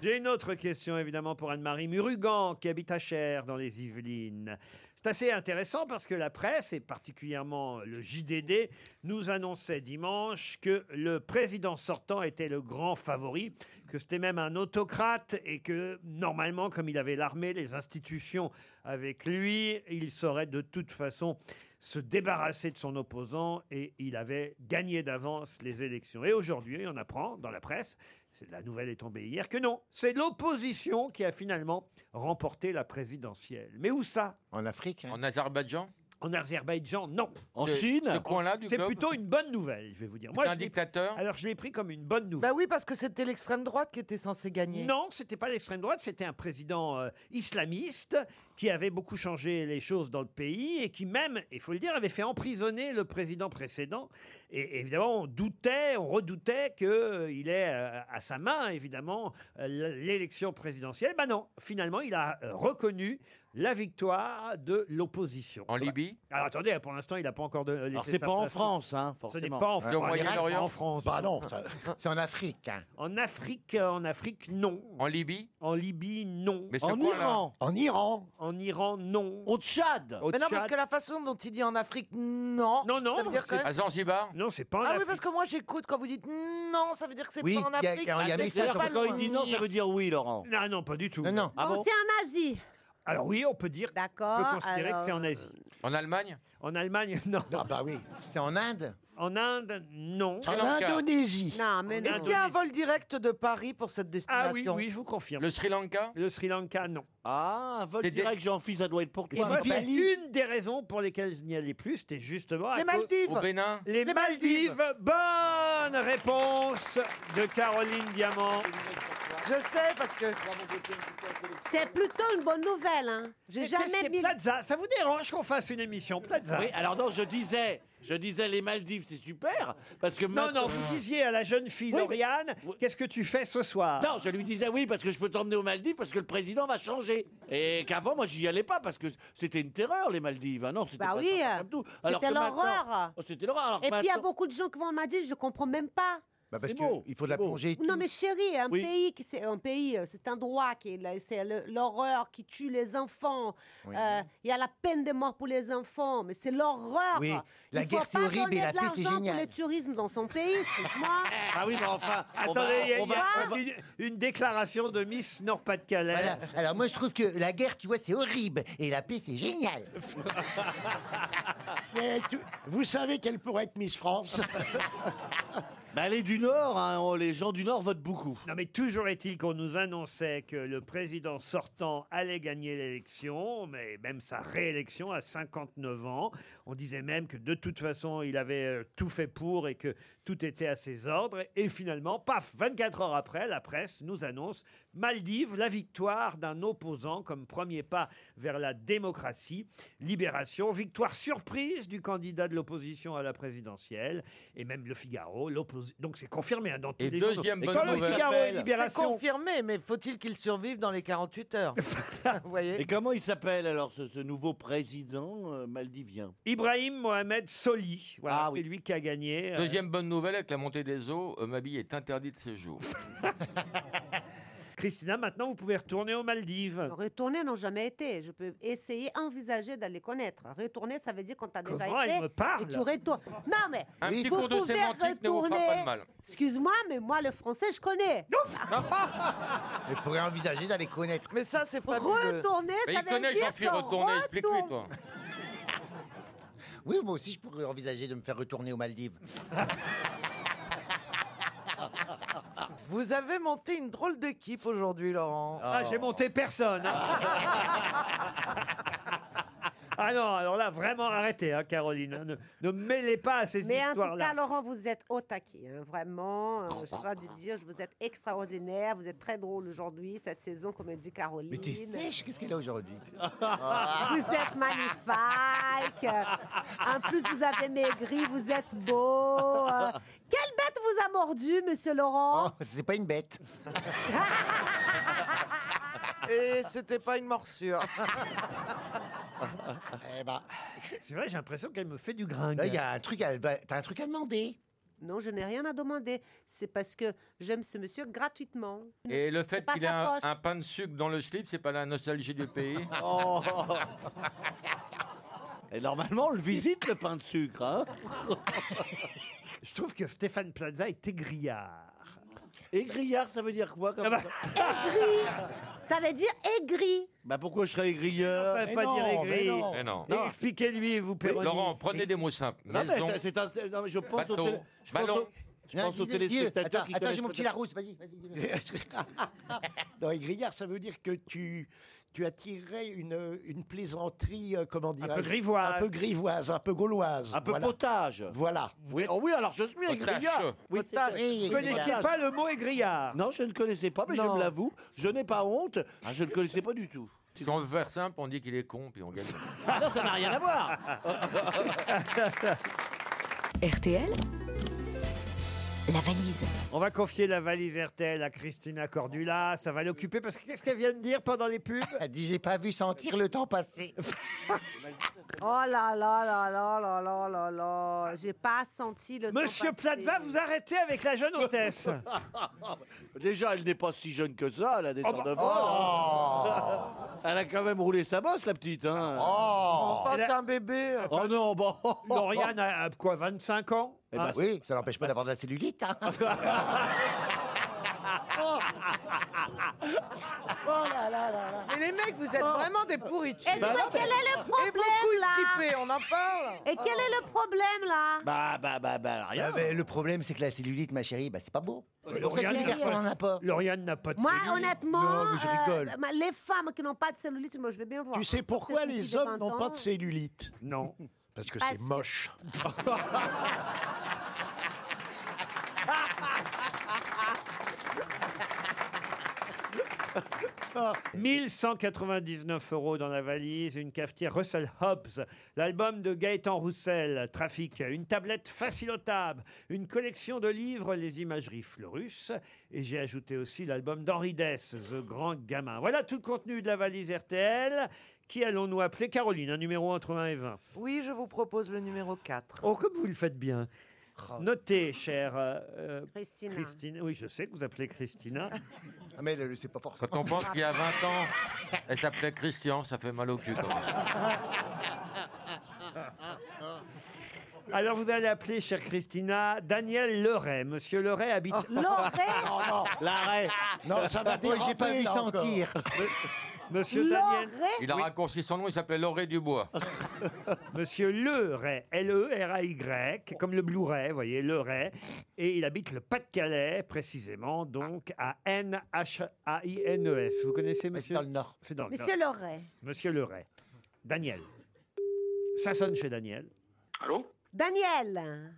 J'ai une autre question évidemment pour Anne-Marie Murugan qui habite à Cher dans les Yvelines. C'est assez intéressant parce que la presse et particulièrement le JDD nous annonçait dimanche que le président sortant était le grand favori, que c'était même un autocrate et que normalement comme il avait l'armée, les institutions avec lui, il saurait de toute façon se débarrasser de son opposant et il avait gagné d'avance les élections. Et aujourd'hui, on apprend dans la presse, c'est- la nouvelle est tombée hier, que non, c'est l'opposition qui a finalement remporté la présidentielle. Mais où ça En Afrique En Azerbaïdjan En Azerbaïdjan, non. En Ce- Chine ce coin-là du C'est globe plutôt une bonne nouvelle, je vais vous dire. Moi, un je l'ai- dictateur Alors, je l'ai pris comme une bonne nouvelle. Bah oui, parce que c'était l'extrême droite qui était censée gagner. Non, c'était pas l'extrême droite, c'était un président euh, islamiste qui avait beaucoup changé les choses dans le pays et qui même, il faut le dire, avait fait emprisonner le président précédent. Et évidemment, on doutait, on redoutait qu'il ait euh, à sa main, évidemment, euh, l'élection présidentielle. Ben non, finalement, il a euh, reconnu la victoire de l'opposition. En Libye Alors attendez, pour l'instant, il n'a pas encore de. euh, Alors laissé c'est sa pas en place. France, hein, Ce n'est forcément. pas en France. au Moyen-Orient En France. Bah non. ça- Ah. C'est en Afrique. hein. En Afrique, euh, en Afrique, non. En Libye En Libye, non. Mais ce en coin-là- Iran. En Iran. En En Iran, non. Au Tchad Mais non, parce que la façon dont il dit en Afrique, non. Non, non. Ça veut dire quand c'est- même- À Zanzibar Non, c'est pas en ah oui, Afrique. parce que moi j'écoute quand vous dites non, ça veut dire que c'est Oui, pas en il y a- Afrique. Ah, alors, il y a c'est un message, pas quand il loin. dit non, ça veut dire oui, Laurent. Non, non, pas du tout. non. Ah bon Oh, c'est en Asie. Alors oui, on peut dire, on D'accord. peut considérer alors- que c'est en Asie. En Allemagne En Allemagne, non. Ah bah oui. C'est en Inde En Inde, non. En Indonésie. Non, mais Est-ce qu'il y a un vol direct de Paris pour cette destination Ah oui, oui, je vous confirme. Le Sri Lanka Le Sri Lanka, non. Ah, un vol C'est des- direct, jean fils ça doit être pour Et toi. moi, c'est une des raisons pour lesquelles je n'y allais plus, c'était justement à Les cause- Maldives. Au Bénin. Les, Les Maldives. Maldives. Bonne réponse de Caroline Diamant. Je sais parce que. C'est plutôt une bonne nouvelle. Hein. J'ai Mais jamais qu'est-ce qui est mis. Plaza, ça vous dérange qu'on fasse une émission Plaza Oui, alors non, je disais, je disais les Maldives, c'est super, parce que Non, non, vous disiez à la jeune fille euh, Oui, Lauriane, qu'est-ce que tu fais ce soir Non, je lui disais oui parce que je peux t'emmener aux Maldives parce que le président va changer et qu'avant moi j'y allais pas parce que c'était une terreur les Maldives. Ah non, c'était Bah pas oui, sympa du tout. Alors c'était que maintenant- l'horreur. Oh, c'était l'horreur. alors que Et puis il y a maintenant- beaucoup de gens qui vont en Maldives, je comprends même pas. Bah parce C'est beau, qu'il faut de la plonger. Non mais chérie, un Oui. pays, qui- c'est un pays, euh, c'est un droit qui est là, c'est le- l'horreur qui tue les enfants. Euh, Oui. Il y a la peine de mort pour les enfants, mais c'est l'horreur. Oui, la Il guerre, faut c'est pas horrible et donner la de paix, c'est l'argent génial. Pour le tourisme dans son pays, excuse-moi. Ah oui, mais enfin, on va- Attendez, il y a, on il y a va- on va- aussi une, une déclaration de Miss Nord-Pas-de-Calais. Voilà. Alors moi je trouve que la guerre, tu vois, c'est horrible et la paix, c'est génial. Mais tu- vous savez qu'elle pourrait être Miss France. Bah, les du Nord, hein, on- les gens du Nord votent beaucoup. Non mais toujours est-il qu'on nous annonçait que le président sortant allait gagner l'élection, mais même sa réélection à 59 ans. On disait même que de toute façon il avait euh, tout fait pour et que tout était à ses ordres. Et finalement, paf, 24 heures après, la presse nous annonce Maldives, la victoire d'un opposant comme premier pas vers la démocratie. Libération, victoire surprise du candidat de l'opposition à la présidentielle. Et même le Figaro, l'oppos- donc c'est confirmé hein, dans tous Et les journaux. deuxième Et bonne quand le nouvelle. Figaro et C'est Libération confirmé, mais faut-il qu'il survive dans les 48 heures Vous voyez Et comment il s'appelle alors ce, ce nouveau président euh, maldivien Ibrahim Mohamed Soli, voilà, Ah c'est oui. lui qui a gagné. euh, Deuxième bonne nouvelle, avec la montée des eaux, euh, ma bille est interdite de séjour. Christina, maintenant vous pouvez retourner aux Maldives. Retourner n'ont jamais été. Je peux essayer, envisager d'aller connaître. Retourner, ça veut dire quand t'as déjà été. Comment elle me parle et tu retournes. Non mais Un petit vous cours de pouvez sémantique ne vous fera pas retourner. de mal. Excuse-moi, mais moi le français je connais. Ah, Mais pourrait envisager d'aller connaître. Mais ça, c'est fabuleux. Retourner, Mais ça il veut connaît dire Jean-Philippe qu'on Retourné, explique-lui, retourne. toi. Oui, moi aussi je pourrais envisager de me faire retourner aux Maldives. Vous avez monté une drôle d'équipe aujourd'hui, Laurent. Ah, j'ai monté personne. hein. ah non, alors là, vraiment arrêtez, hein, Caroline. hein, Ne, ne mêlez pas à ces Mais en tout cas, histoires-là. Laurent, vous êtes au taquet, hein, vraiment. euh, je dois te dire, vous êtes extraordinaire, vous êtes très drôle aujourd'hui, cette saison, comme dit Caroline. Mais t'es sèche, qu'est-ce qu'elle a aujourd'hui Ah. Vous êtes magnifique. En plus, vous avez maigri, vous êtes beau. Euh, Quelle bête vous a mordu, monsieur Laurent Oh, C'est pas une bête. Et c'était pas une morsure. Eh ben, C'est vrai, j'ai l'impression qu'elle me fait du gringue. là, il y a un truc, à... bah, t'as un truc à demander. Non, je n'ai rien à demander. C'est parce que j'aime ce monsieur gratuitement. Et le fait pas qu'il ait sa un, poche. un pain de sucre dans le slip, c'est pas la nostalgie du pays Oh. Et normalement, on le visite le pain de sucre. Hein Je trouve que Stéphane Plaza est égrillard. Et grillard, ça veut dire quoi Ah comme bah. ça Aigri Ça veut dire aigri. Bah pourquoi je serais grilleur Ça veut pas dire aigri. Mais non. Et Expliquez-lui, vous, Péroni. Laurent, prenez des mots simples. Non, mais Maison, ça- c'est un- c'est- non, mais je pense bateau, au télé- je pense ballon. au- je pense aux Dis-le, dis-le. téléspectateurs Attends, qui attends, j'ai connaissent mon petit peut-être- Larousse, vas-y. vas-y, dis-le. non, et grillard, ça veut dire que tu, tu attirerais une, euh, une plaisanterie, euh, comment dire peu grivoise. Un peu grivoise, un peu gauloise. Un peu voilà. potage. Voilà. Oui, oh oui, alors je suis un Potache. grillard. Oui, c'est ça. Vous connaissiez pas le mot égrillard Non, je ne connaissais pas, mais je Non. me l'avoue, je n'ai pas honte. Ah, je ne connaissais pas du tout. Si on veut faire simple, on dit qu'il est con, puis on gagne. Ah non, ça n'a rien à voir. RTL La valise. On va confier la valise RTL à Christina Cordula. Ça va l'occuper parce que qu'est-ce qu'elle vient de dire pendant les pubs Elle dit J'ai pas vu sentir le temps passer. Oh là là là là là là là là. J'ai pas senti le. temps Monsieur passer. Plaza, vous arrêtez avec la jeune hôtesse. Déjà, elle n'est pas si jeune que ça, elle a des temps d'avance. Elle a quand même roulé sa bosse, la petite. Hein. Enfin, Elle a- c'est un bébé. Oh non, bon. Lauriane a, a quoi, 25 ans Eh ben, oui, ça n'empêche pas d'avoir de la cellulite. hein. Oh Mais les mecs, vous Oh. êtes vraiment des pourritures. Et dis-moi, Bah non, mais- quel est le Et problème, beaucoup là équipés, on en parle. Et quel est le problème là Bah, bah, bah, bah, Ah, mais le problème, c'est que la cellulite, ma chérie, bah, c'est pas beau. C'est pour ça que les Lauriane, garçons n'en a pas. Lauriane n'a pas Moi, honnêtement, Non, mais je euh, rigole. ma- les femmes qui n'ont pas de cellulite, moi, je vais bien voir. Tu sais Sauf pourquoi cette fille les de hommes 20 n'ont pas ans. de cellulite Non. Parce que Parce c'est que- moche. Ah. 1199 euros dans la valise, une cafetière Russell Hobbs, l'album de Gaëtan Roussel, Trafic, une tablette facilotable, une collection de livres, les imageries Fleurus, et j'ai ajouté aussi l'album d'Henri Dess, The Grand Gamin. Voilà tout le contenu de la valise RTL. Qui allons-nous appeler Caroline, un numéro entre 1 et 20. Oui, je vous propose le numéro 4. Oh, comme vous le faites bien. Notez, chère euh, euh, Christina. Christine. Oui, je sais que vous appelez Christina. mais elle le sait pas forcément. Quand on pense qu'il y a 20 ans, elle s'appelait Christian, ça fait mal au cul quand même. Alors vous allez appeler, chère Christina, Daniel Leray. Monsieur Leray habite. Oh, Non, non, l'arrêt. Non, ça va Moi, j'ai déraper, pas vu là, encore. sentir. Monsieur Daniel. Il a raccourci son nom, il s'appelait Lauré Dubois. Monsieur Leray, L-E-R-A-Y, comme le Blu-ray, vous voyez, Leray. Et il habite le Pas-de-Calais, précisément, donc à N-H-A-I-N-E-S. Vous connaissez, monsieur C'est dans le Nord. C'est dans le Monsieur Nord. Loret. Monsieur Leray. Daniel. Ça sonne chez Daniel. Allô Daniel,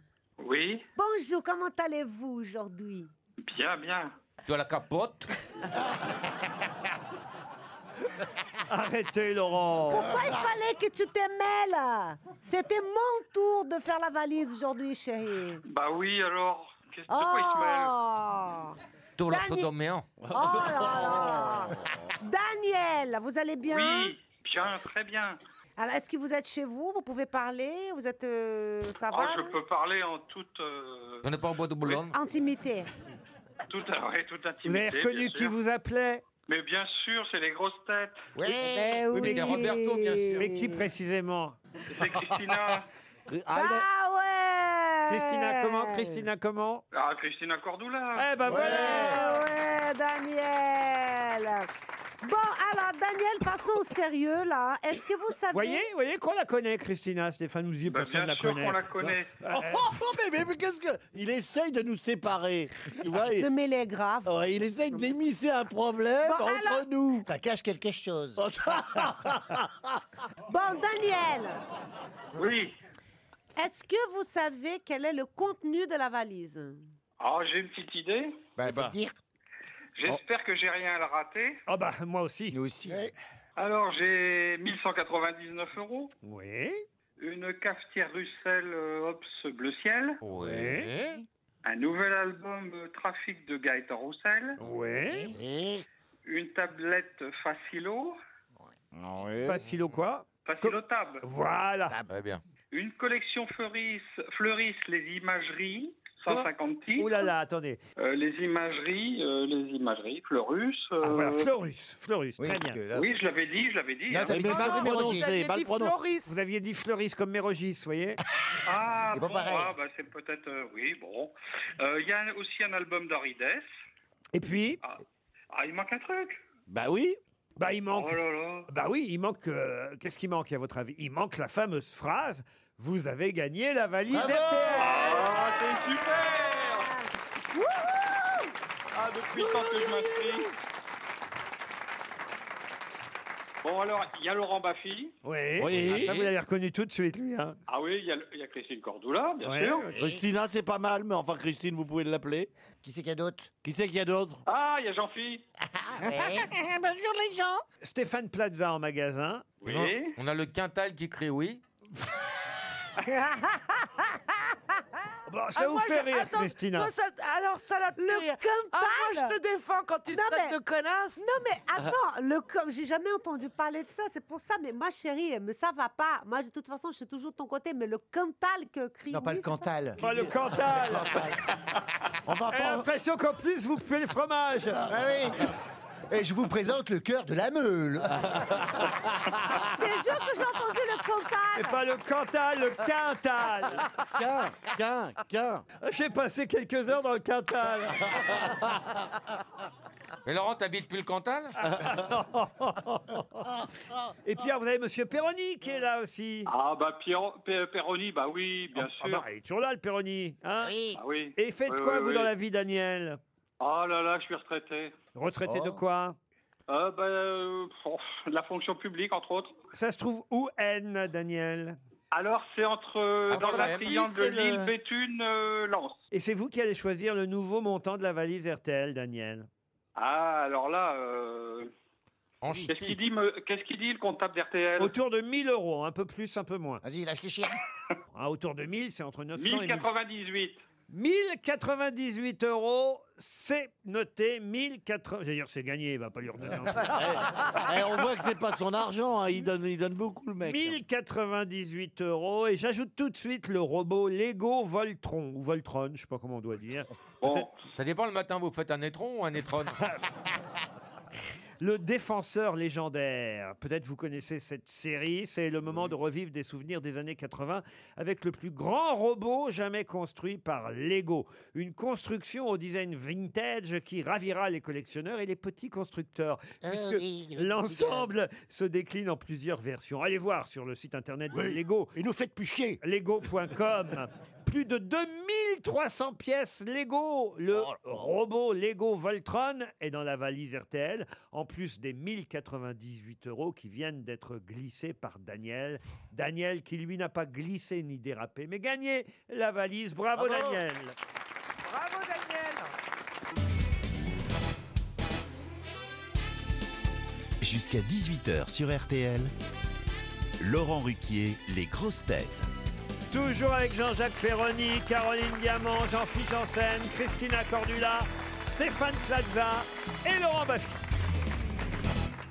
Oui, bonjour, comment allez-vous aujourd'hui bien, bien. De la capote Arrêtez, Laurent. Pourquoi il fallait que tu te mêles C'était mon tour de faire la valise aujourd'hui, chérie. Bah oui, alors. Qu'est-ce Oh, pourquoi il se mêle Tout la Dani- sodoméen. oh là là Daniel, vous allez bien Oui, bien, très bien. Ah, Alors, est-ce que vous êtes chez vous Vous pouvez parler Vous êtes... euh, ça Oh, va je peux parler en toute. euh, On n'est pas au bois de Boulogne. Intimité. toute, ah ouais, toute intimité. Vous avez bien reconnu qui sûr. vous appelait Mais bien sûr, c'est les grosses têtes. Eh Ben oui. mais Roberto, bien sûr. Mais qui précisément C'est Christina. Ah ouais Christina comment Christina comment Ah, Christina Cordula. Eh ben voilà Ah ouais, Daniel Bon, alors, Daniel, passons au sérieux, là. Est-ce que vous savez... Voyez, voyez qu'on la connaît, Christina. Stéphane nous dit Bah, personne bien ne la sûr connaît. Ah, euh, qu'on la connaît. Oh, mais, mais- mais qu'est-ce que. Il essaye de nous séparer. Tu vois, il, Le mêlé est grave. ouais, il essaye d'émisser un problème Bon, entre alors- nous. Ça cache quelque chose. Bon, Daniel, Oui. est-ce que vous savez quel est le contenu de la valise Ah, j'ai une petite idée. Bah, faut dire. J'espère que j'ai rien à la rater. Ah bah moi aussi. Nous aussi. Alors, j'ai 1199 euros. Oui. Une cafetière Russell euh, Hobbs Bleu Ciel. Oui. Un nouvel album euh, Trafic de Gaëtan Roussel. Oui. Une tablette Facilo. Facile ou quoi Facilotable. Ah, Voilà. bah, Très bien. Une collection Fleuris, Fleuris les imageries. 150 titres. Oh là là, attendez. Euh, les imageries, euh, les imageries, Fleurus. euh, Ah, voilà, Fleurus, Fleurus, Oui, très parce bien. que là- Oui, je l'avais dit, je l'avais dit. Non, hein. t'as dit- Mais Ah, mal non, vous aviez prononcé, mal dit prononcé. Floris. Vous aviez dit Fleurus comme Mérogis, vous voyez Ah, C'est pas bon, pareil. ah, bah, c'est peut-être. euh, oui, bon. Euh, Il y a aussi un album d'Arides. Et puis, Ah, il manque un truc. Bah oui. bah il Oh manque... là là. Bah oui, il manque... euh, Qu'est-ce qui manque à votre avis Il manque la fameuse phrase « Vous avez gagné la valise Bravo RTL Ah, c'est super Ah, depuis le temps que je m'inscris. Bon, alors, il y a Laurent Baffy. ». Oui, Oui. Ah, ça vous l'avez reconnu tout de suite, lui. Hein. Ah oui, il y a- il y, a Christine Cordula, bien Ouais. sûr. Christina, c'est pas mal, mais enfin, Christine, vous pouvez l'appeler. Qui c'est qu'il y a d'autre Qui c'est qu'il y a d'autre Ah, il y a Jean-Phi. Eh. Eh, Bonjour les gens. Stéphane Plaza en magasin. Oui. On, a, on a le quintal qui crie oui. Bon, Ah bah, ça vous moi, fait je- rire, attends, Christina. toi, ça- alors, ça l'a fait rire. Ah, moi, je te défends quand tu te traites de connasse. Non, mais attends, le com, j'ai jamais entendu parler de ça. C'est pour ça, mais ma chérie, mais ça va pas. Moi, de toute façon, je suis toujours de ton côté, mais le cantal que crie. Non, pas oui, le c'est ça Cantal. Pas le Cantal. On va Ah J'ai l'impression qu'en plus, vous pouvez les fromages. Et je vous présente le cœur de la meule. C'est des jours que j'ai entendu le cantal. Et pas le Cantal, le Quintal. Quin, quin, quin. J'ai passé quelques heures dans le Cantal. Mais Laurent, t'habites plus le Cantal Et Pierre, vous avez Monsieur Perroni qui est là aussi. Ah bah Pierre, Pe- Perroni, bah oui, bien Ah sûr. bah, il est toujours là, le Perroni. Hein Ah oui. Et faites Oui, quoi, oui, vous, oui. dans la vie, Daniel Ah là là, je suis retraité. Retraité Oh. de quoi Euh, bah, euh, pff, la fonction publique, entre autres. Ça se trouve où, N, Daniel Alors, c'est entre euh, Ah, dans quand la même. triangle Oui, de c'est le- Lille, Béthune, euh, Lens. Et c'est vous qui allez choisir le nouveau montant de la valise RTL, Daniel. Ah, alors là, euh, qu'est-ce qu'il dit, me- qu'est-ce qu'il dit le comptable d'RTL Autour de 1000 euros, un peu plus, un peu moins. Ah, Vas-y, lâche les chiens. autour de 1000, c'est entre 900 et 1000. 1098. 1098 euros, c'est noté 1080. J'allais dire, c'est gagné, il va pas lui redonner. Eh, on voit que c'est pas son argent, hein, il, donne, il donne beaucoup le mec. 1098 euros et j'ajoute tout de suite le robot Lego Voltron ou Voltron, je sais pas comment on doit dire. Peut-être Ça dépend le matin, vous faites un étron ou un étron Le défenseur légendaire. Peut-être vous connaissez cette série. C'est le moment de revivre des souvenirs des années 80 avec le plus grand robot jamais construit par Lego. Une construction au design vintage qui ravira les collectionneurs et les petits constructeurs. puisque Ah oui, les petits l'ensemble se décline en plusieurs versions. Allez voir sur le site internet de Lego. Et nous faites plus chier. Lego.com. plus de 2300 pièces Lego. Le robot Lego Voltron est dans la valise RTL, en plus des 1098 euros qui viennent d'être glissés par Daniel. Daniel qui, lui, n'a pas glissé ni dérapé, mais gagné la valise. Bravo, Bravo. Daniel. Bravo, Daniel. Jusqu'à 18h sur RTL, Laurent Ruquier, les grosses têtes. Toujours avec Jean-Jacques Perroni, Caroline Diamant, Jean-Philippe Janssen, Christina Cordula, Stéphane Plaza et Laurent Baffy.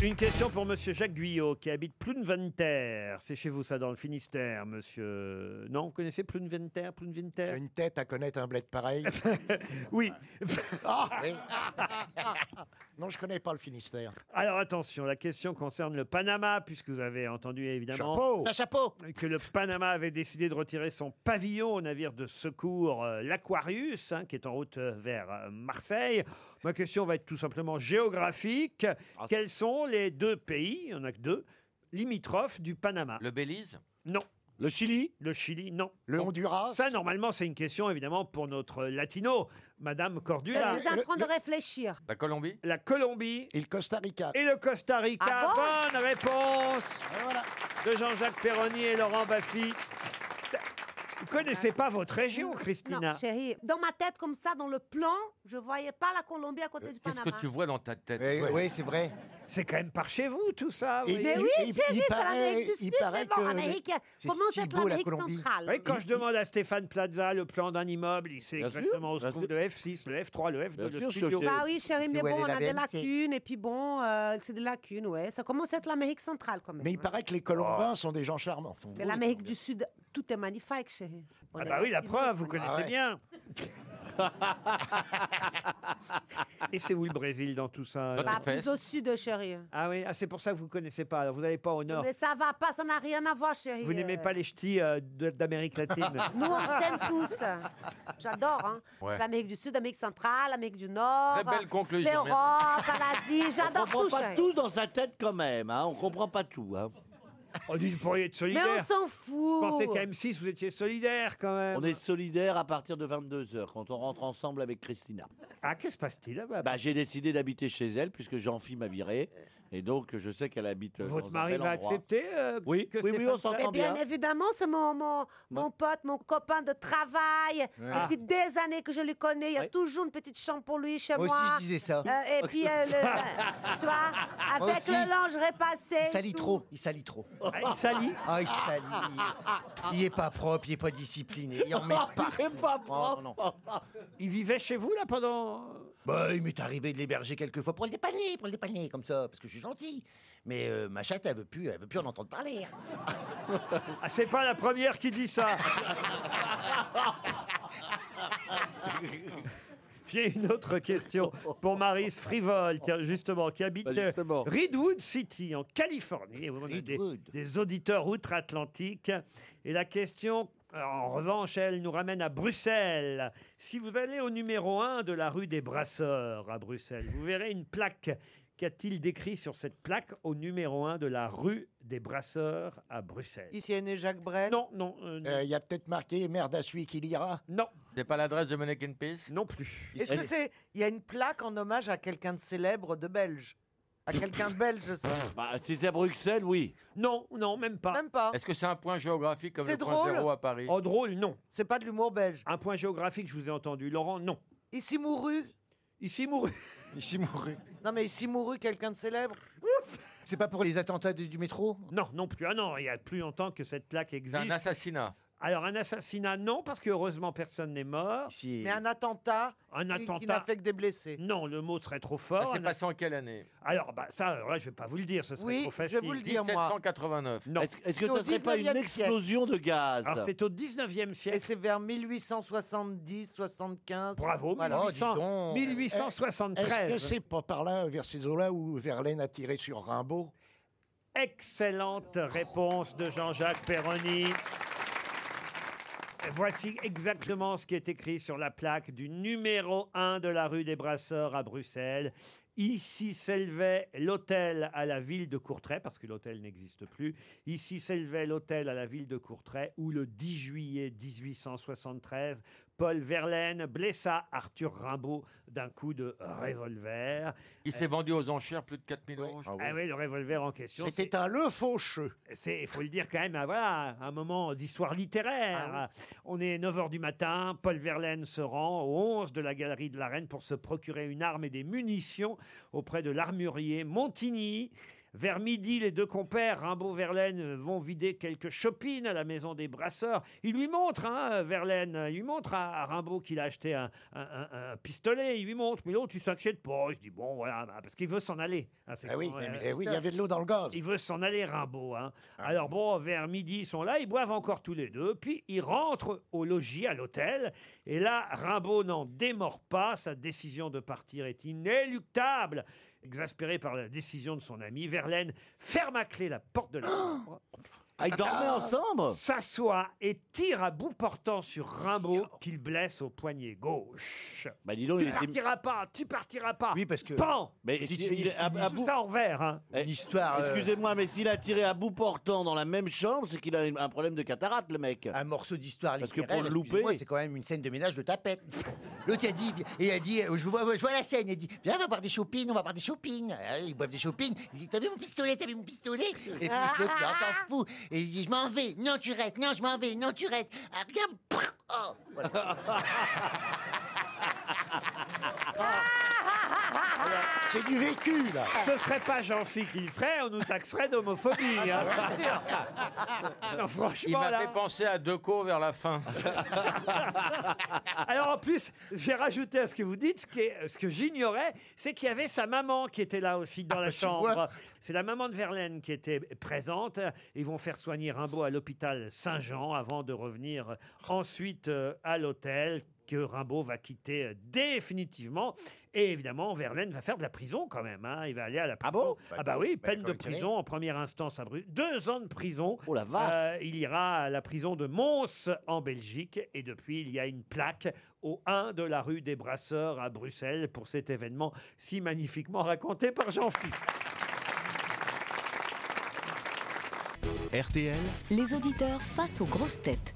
Une question pour Monsieur Jacques Guyot qui habite Plunventer. C'est chez vous ça dans le Finistère, Monsieur. Non, vous connaissez Plunventer, Plunventer. Une tête à connaître un bled pareil. oui. Ah Non, je connais pas le Finistère. Alors attention, la question concerne le Panama, puisque vous avez entendu évidemment Chapeau. Ça, que le Panama avait décidé de retirer son pavillon au navire de secours, euh, l'Aquarius, hein, qui est en route euh, vers euh, Marseille. Ma question va être tout simplement géographique. Ah. Quels sont les deux pays, il y en a que deux, limitrophes du Panama Le Belize Non. Le Chili Le Chili, non. Le Honduras Ça, normalement, c'est une question évidemment pour notre latino, Madame Cordula. Je suis en train de réfléchir. La Colombie La Colombie. Et le Costa Rica. Et le Costa Rica. Ah Bonne réponse ben de Jean-Jacques Perroni et Laurent Baffy. Vous connaissez pas votre région, Christina Non, chérie, dans ma tête comme ça, dans le plan, je voyais pas la Colombie à côté du Qu'est-ce Panama. que tu vois dans ta tête c'est vrai. C'est quand même par chez vous, tout ça. Et- Mais oui, il- chérie, il c'est paraît- l'Amérique du il Sud, paraît mais bon, que- Amérique, c'est comment si c'est que beau, la l'Amérique Colombie. centrale Oui, Quand je demande à Stéphane Plaza le plan d'un immeuble, il sait exactement où se trouve le F6, le F3, le F2, le studio. Bah oui, chérie, mais bon, on a des lacunes, et puis bon, euh, c'est des lacunes, ouais. Ça commence à être l'Amérique centrale quand même. Mais il paraît que les Ah. Colombins sont des gens charmants. Mais l'Amérique du Sud, tout est magnifique, chérie. On Ah est bah oui, la latino. preuve, vous connaissez Ah ouais. bien. Et c'est où le Brésil dans tout ça alors Bah, plus au sud, chérie. Ah oui, ah, c'est pour ça que vous connaissez pas. alors vous n'allez pas au nord. Mais ça va pas, ça n'a rien à voir, chérie. Vous n'aimez Euh, pas les ch'tis euh, de- d'Amérique latine Nous, on s'aime tous. J'adore. Hein. Ouais. L'Amérique du Sud, l'Amérique centrale, l'Amérique du Nord. Très belle conclusion, L'Europe, l'Asie, on j'adore comprend tout. pas chérie. tout dans sa tête quand même, hein, on comprend pas tout. Hein. On dit vous pourriez être Mais on s'en fout. Pensez qu'à M6, vous étiez solidaire quand même. On est solidaire à partir de 22h quand on rentre ensemble avec Christina. Ah, qu'est-ce qui se passe-t-il là-bas bah, J'ai décidé d'habiter chez elle puisque Jean-Philippe m'a viré. Et donc, je sais qu'elle habite. euh, dans Votre un mari bel va endroit. accepter, euh, Oui, que oui, oui, Stéphane Eh on Mais Plaza- s'entend Eh bien, bien. évidemment, c'est mon, mon, mon pote, mon copain de travail. Ouais. Depuis des années que je le connais, il y a toujours une petite chambre pour lui chez Moi moi. aussi, je disais ça. Euh, et puis, euh, le- tu vois, Moi avec Ah, aussi. le linge repassé. Il et salit tout. trop, il salit trop. Ah, il salit Ah, il salit. Il est pas propre, il est pas discipliné. Il en met partout. Oh, Il est pas propre. Il vivait chez vous, là, pendant. Bah, il m'est arrivé de l'héberger quelques fois pour le dépanner, pour le dépanner, comme ça, parce que je suis gentil. Mais euh, ma chatte, elle veut plus, elle veut plus en entendre parler. Ah, c'est pas la première qui dit ça. J'ai une autre question pour Maris Frivol, tiens, justement, qui habite Bah, justement. euh, Redwood City, en Californie. Et vous, on a des, des auditeurs outre-Atlantique. Et la question, alors, en revanche, elle nous ramène à Bruxelles. Si vous allez au numéro 1 de la rue des Brasseurs à Bruxelles, vous verrez une plaque. Qu'a-t-il décrit sur cette plaque au numéro 1 de la rue des Brasseurs à Bruxelles Ici est né Jacques Brel Non, non. Il y a peut-être marqué merde à celui qui lira. Non. C'est pas l'adresse de Monique in Peace Non plus. Est-ce que c'est. Il y a une plaque en hommage à quelqu'un de célèbre de Belge À quelqu'un de belge, je sais. Bah, si c'est à Bruxelles, oui. Non, non, même pas. Même pas. Est-ce que c'est un point géographique comme C'est le point drôle. zéro à Paris Oh, drôle, non. C'est pas de l'humour belge. Un point géographique, je vous ai entendu. Laurent, non. Ici mourut Ici mourut. Ici mourut. Non, mais ici mourut quelqu'un de célèbre C'est pas pour les attentats du, du métro Non, non plus. Ah non, il y a plus longtemps que cette plaque C'est existe. un assassinat. Alors, un assassinat, non, parce que heureusement, personne n'est mort. Mais un attentat Un qui- qui attentat. n'a fait que des blessés. Non, le mot serait trop fort. Ça s'est Un- passé en quelle année Alors, bah, ça, alors là, je vais pas vous le dire, ce serait Oui, trop je vais facile. vous le dire, moi. 1789. Non. Est-ce que ça serait pas une explosion de gaz Alors, c'est au 19e Et siècle. c'est vers 1870, 75. Bravo, Voilà. Oh, 1800, 1873. Est-ce que c'est pas par là, vers ces eaux-là, où Verlaine a tiré sur Rimbaud Excellente réponse de Jean-Jacques Perroni. Voici exactement ce qui est écrit sur la plaque du numéro 1 de la rue des Brasseurs à Bruxelles. Ici s'élevait l'hôtel à la ville de Courtrai, parce que l'hôtel n'existe plus. Ici s'élevait l'hôtel à la ville de Courtrai, où le 10 juillet 1873, Paul Verlaine blessa Arthur Rimbaud d'un coup de revolver. Il s'est vendu aux enchères plus de 4000 euros. je crois. Ah oui, le revolver en question. C'était un Le Faucheux. C'est, il faut le dire quand même, ah, voilà, un moment d'histoire littéraire. Ah On est 9h du matin, Paul Verlaine se rend au 11 de la Galerie de la Reine pour se procurer une arme et des munitions auprès de l'armurier Montigny. Vers midi, les deux compères, Rimbaud Verlaine, vont vider quelques chopines à la maison des brasseurs. Il lui montre, hein, Verlaine, il lui montre à, à Rimbaud qu'il a acheté un, un- un- un pistolet, il lui montre, mais l'autre, il s'inquiète pas. Il se dit, bon, voilà, bah, parce qu'il veut s'en aller. hein, c'est Ah oui, con, mais- hein, eh c'est oui, il ça. y avait de l'eau dans le gaz. Il veut s'en aller, Rimbaud. hein. Ah. Alors bon, vers midi, ils sont là, ils boivent encore tous les deux, puis ils rentrent au logis, à l'hôtel. Et là, Rimbaud n'en démord pas, sa décision de partir est inéluctable. Exaspéré par la décision de son ami, Verlaine ferme à clé la porte de la chambre. Ah, ils dormaient ensemble S'assoit et tire à bout portant sur Rimbaud qu'il blesse au poignet gauche. Bah, dis donc, tu il était- partiras pas, tu partiras pas. Oui, parce que- Pan Mais il- il- il- à- à Tout bout- ça en vert. hein. Eh, L'histoire. euh, Excusez-moi, mais s'il a tiré à bout portant dans la même chambre, c'est qu'il a une- un problème de cataracte, le mec. un morceau d'histoire Parce que littéraire. pour le excusez-moi, louper- c'est quand même une scène de ménage de tapette. L'autre il a dit, et il a dit, euh, je vois, je vois la scène, il a dit, viens, on va boire des shopping, on va boire des shopping. Euh, Ils boivent des shopping. Il dit, t'as vu mon pistolet, t'as vu mon pistolet. Et puis l'autre, il est encore fou. Et il dit, je m'en vais, non tu restes, non je m'en vais, non tu restes. Ah, regarde, prrr, oh. Voilà. C'est du vécu, là. Ce serait pas Jean-Philippe qui le ferait, on nous taxerait d'homophobie. hein. Non, Il franchement, m'a là. fait penser à Deco vers la fin. Alors en plus, j'ai rajouté à ce que vous dites, ce, qui est- ce que j'ignorais, c'est qu'il y avait sa maman qui était là aussi dans la chambre. vois. C'est la maman de Verlaine qui était présente. Ils vont faire soigner Rimbaud à l'hôpital Saint-Jean avant de revenir ensuite euh, à l'hôtel que Rimbaud va quitter euh, définitivement. Et évidemment, Verlaine va faire de la prison quand même. hein. Il va aller à la prison. bon Ah bah oui, Bah, peine quand de il connaît. prison en première instance à Bruxelles. Deux ans de prison. Oh la vache Euh, il ira à la prison de Mons en Belgique et depuis il y a une plaque au 1 de la rue des Brasseurs à Bruxelles pour cet événement si magnifiquement raconté par Jean-Philippe. RTL, Les auditeurs face aux grosses têtes.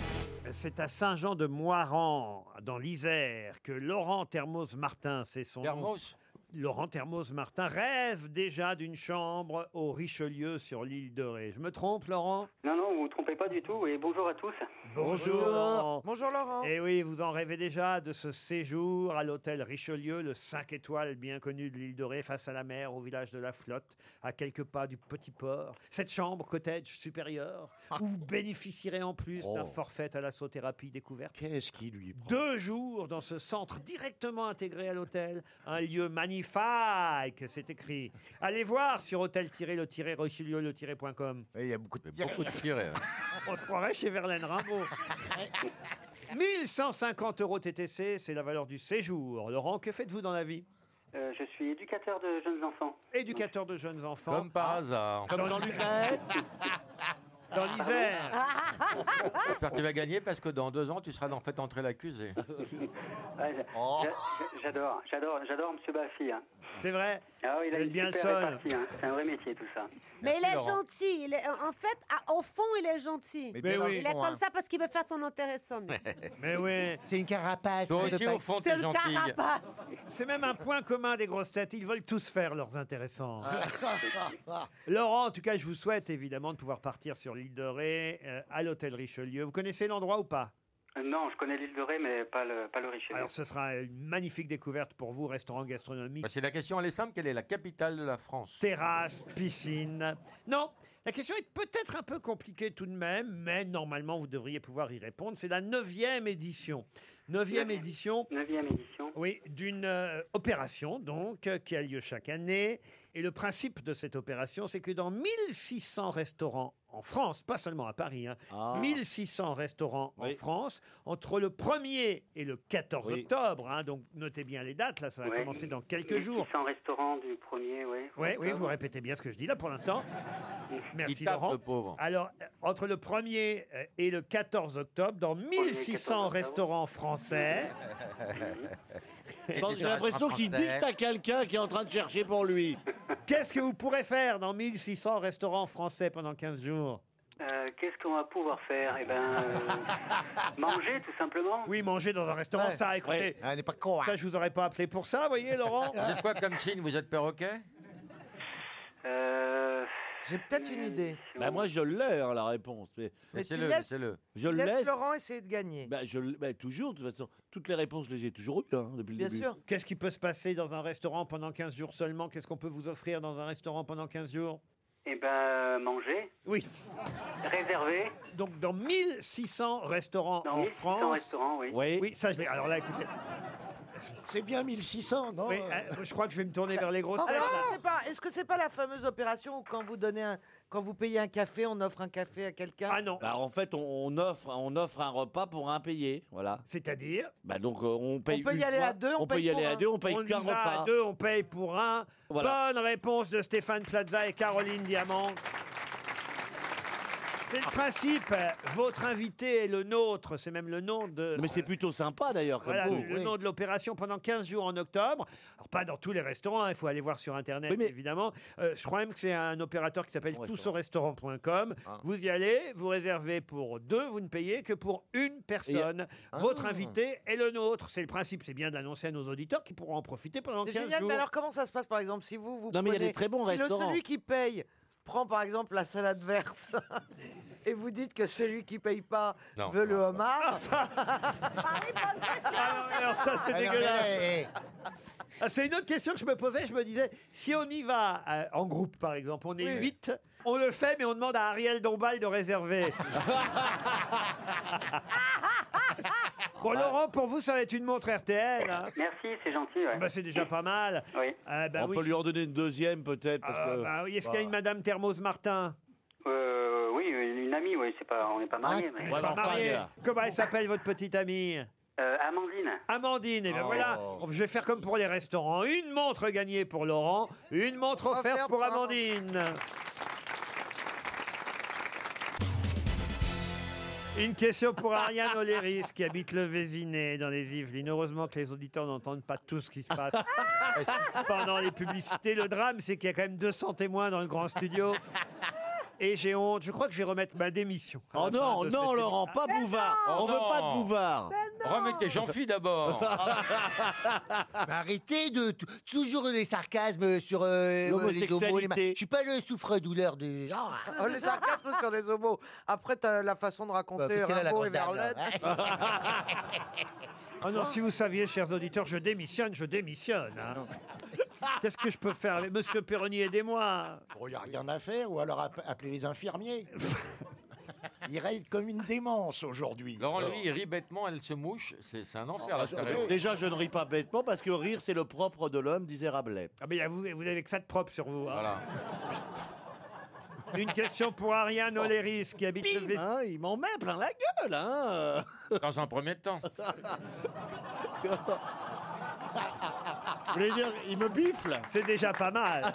C'est à Saint-Jean-de-Moiran, dans l'Isère, que Laurent Thermos Martin, c'est son nom. Thermos Laurent Hermose-Martin rêve déjà d'une chambre au Richelieu sur l'île de Ré. Je me trompe, Laurent Non, non, vous vous trompez pas du tout et bonjour à tous. Bonjour Laurent. Et oui, vous en rêvez déjà de ce séjour à l'hôtel Richelieu, le 5 étoiles bien connu de l'île de Ré, face à la mer, au village de la Flotte, à quelques pas du petit port. Cette chambre cottage supérieure où vous bénéficierez en plus d'un Oh. forfait à la sauthérapie découverte. Qu'est-ce qui lui prend Deux jours dans ce centre directement intégré à l'hôtel, un lieu magnifique, c'est écrit. Allez voir sur hôtel-le-richelieu-le-com. Eh, Il y a beaucoup de Beaucoup de tirés. hein. on se croirait chez Verlaine Rimbaud. 1150 euros TTC, c'est la valeur du séjour. Laurent, que faites-vous dans la vie Euh, je suis éducateur de jeunes enfants. Éducateur de jeunes enfants. Comme par hasard. Ah. Comme Jean-Luc Rey. Dans l'Isère. J'espère que tu vas gagner parce que dans deux ans, tu seras en fait entré l'accusé. Ouais, Ah, j'a- Oh. j'a- J'adore, j'adore, j'adore Monsieur Baffy. hein. C'est vrai Ah oui, il a Vous une êtes bien super le seul. répartie, hein. C'est un vrai métier tout ça. Mais il est Laurent. gentil. il est- en fait, à- au fond, il est gentil. Mais bien Il est évidemment, comme hein. ça parce qu'il veut faire son intéressant. lui. Mais oui. C'est une carapace. Toi C'est aussi, de au pas- fond, t'es gentille. C'est même un point commun des grosses têtes. Ils veulent tous faire leurs intéressants. Laurent, en tout cas, je vous souhaite évidemment de pouvoir partir sur l'île de Ré, euh, à l'hôtel Richelieu. Vous connaissez l'endroit ou pas Euh, Non, je connais l'île de Ré, mais pas le, pas le Richelieu. Alors, ce sera une magnifique découverte pour vous, restaurant gastronomique. Bah, c'est la question, elle est simple. Quelle est la capitale de la France terrasse, piscine. Non, la question est peut-être un peu compliquée tout de même, mais normalement vous devriez pouvoir y répondre. C'est la neuvième édition. Neuvième édition. Neuvième édition. Oui, d'une euh, opération donc euh, qui a lieu chaque année. Et le principe de cette opération, c'est que dans 1600 restaurants en France, pas seulement à Paris, hein, Ah. 1600 restaurants en France, entre le 1er et le 14 Oui. octobre, hein, donc notez bien les dates, là ça va Ouais. commencer dans quelques jours. 600 restaurants du premier, oui. Oui, oui, vous répétez bien ce que je dis là pour l'instant. Merci Il tape, Laurent. le pauvre. Alors, euh, entre le 1er euh, et le 14 octobre, dans 1600 restaurants Eh français, J'ai l'impression qu'il dicte à quelqu'un qui est en train de chercher pour lui. qu'est-ce que vous pourrez faire dans 1600 restaurants français pendant 15 jours Euh, Qu'est-ce qu'on va pouvoir faire Eh ben, euh, manger tout simplement. Oui, manger dans un restaurant, Ouais. ça, écoutez. Ouais. n'est pas hein. con. Ça, je vous aurais pas appelé pour ça, voyez, Laurent. Vous êtes quoi comme signe Vous êtes perroquet J'ai peut-être une idée. Bah moi je l'ai hein, la réponse. Mais, Mais tu laisses- Je tu le laisses laisse. Laurent essayer de gagner. Bah, je, le- bah, toujours de toute façon. Toutes les réponses je les ai toujours eues hein, depuis le Bien début. sûr. Qu'est-ce qui peut se passer dans un restaurant pendant 15 jours seulement Qu'est-ce qu'on peut vous offrir dans un restaurant pendant 15 jours Eh ben, manger. Oui. Réservé. Donc, dans 1600 restaurants Dans en 1600 France. restaurants, oui. Oui, ça, je l'ai. Alors là, écoutez. C'est bien 1600, non Oui, euh, je crois que je vais me tourner vers les grosses En fait, têtes. est-ce que c'est pas- Est-ce que c'est pas la fameuse opération où quand vous donnez un, quand vous payez un café, on offre un café à quelqu'un Ah non. Bah, en fait, on, on offre, on offre un repas pour un payé, voilà. C'est-à-dire Bah donc euh, on paye. peut y une aller fois, à deux, on peut paye y pour aller un. à deux, on paye On y qu'un va repas. à deux, on paye pour un. Voilà. Bonne réponse de Stéphane Plaza et Caroline Diamant. C'est le principe. Votre invité est le nôtre. C'est même le nom de. Mais c'est plutôt sympa d'ailleurs comme Voilà, coup. le, le nom de l'opération pendant 15 jours en octobre. Alors, pas dans tous les restaurants, hein, il faut aller voir sur Internet, évidemment. Euh, je crois même que c'est un opérateur qui s'appelle toutsauxrestaurant.com. Ah. Vous y allez, vous réservez pour deux, vous ne payez que pour une personne. Ah. Votre invité est le nôtre. C'est le principe, c'est bien d'annoncer à nos auditeurs qui pourront en profiter pendant C'est 15 génial, jours. mais alors comment ça se passe par exemple si vous vous Non, mais il y a prenez- des très bons si le- restaurants. celui qui paye prend par exemple la salade verte et vous dites que celui qui paye pas Non, veut le non, homard. Ah non, alors ça, Ah c'est non, dégueulasse. mais- Ah, C'est une autre question que je me posais. Je me disais, si on y va euh, en groupe, par exemple, on est Oui. 8, on le fait, mais on demande à Ariel Dombal de réserver. bon, Laurent, pour vous, ça va être une montre RTL. hein. Merci, c'est gentil. ouais. Ah bah, c'est déjà pas mal. Ah bah on oui. peut lui en donner une deuxième peut-être parce Ah que. bah oui, Est-ce qu'il y a une Bah, Madame Thermose Martin Euh, oui, une amie, oui, c'est pas, on n'est pas mariés. mais- Ah, Pas mariée. Comment elle s'appelle votre petite amie Euh, Amandine. Amandine, et ben voilà, je vais faire comme pour les restaurants. Une montre gagnée pour Laurent, une montre offerte pour Amandine. Une question pour Ariane Oléris qui habite le Vésinet dans les Yvelines. Heureusement que les auditeurs n'entendent pas tout ce qui se passe pendant les publicités. Le drame, c'est qu'il y a quand même 200 témoins dans le grand studio. et j'ai honte. Je crois que je vais remettre ma démission. Oh non, non, Laurent, pas Ah, Bouvard. On veut pas de Bouvard. Remettez Jean-Phi d'abord. Mais arrêtez de t- toujours les sarcasmes sur euh, les homos. les ma- L'homosexualité. Je suis pas le souffre-douleur hein. du genre. Oh, les sarcasmes sur les homos. Après, t'as la façon de raconter Bah, parce qu'elle a la Rimbaud et grande dame, hein. Verlaine. Oh non, si vous saviez, chers auditeurs, je démissionne, je démissionne. hein. Qu'est-ce que je peux faire Monsieur Perroni, aidez-moi. Bon, il n'y a rien à faire, ou alors app- appeler les infirmiers. il règne comme une démence aujourd'hui. Laurent, lui, il rit bêtement, elle se mouche. C'est Ah, bah, c'est un enfer, la Bah, stéréo. Déjà, je ne ris pas bêtement parce que rire, c'est le propre de l'homme, disait Rabelais. Ah, mais vous, vous avez que ça de propre sur vous. hein. Une question pour Ariane Oléris qui habite le Vest- Ah, il m'en met plein la gueule, hein Dans un premier temps. Vous voulez dire, il me bifle C'est déjà pas Ah mal.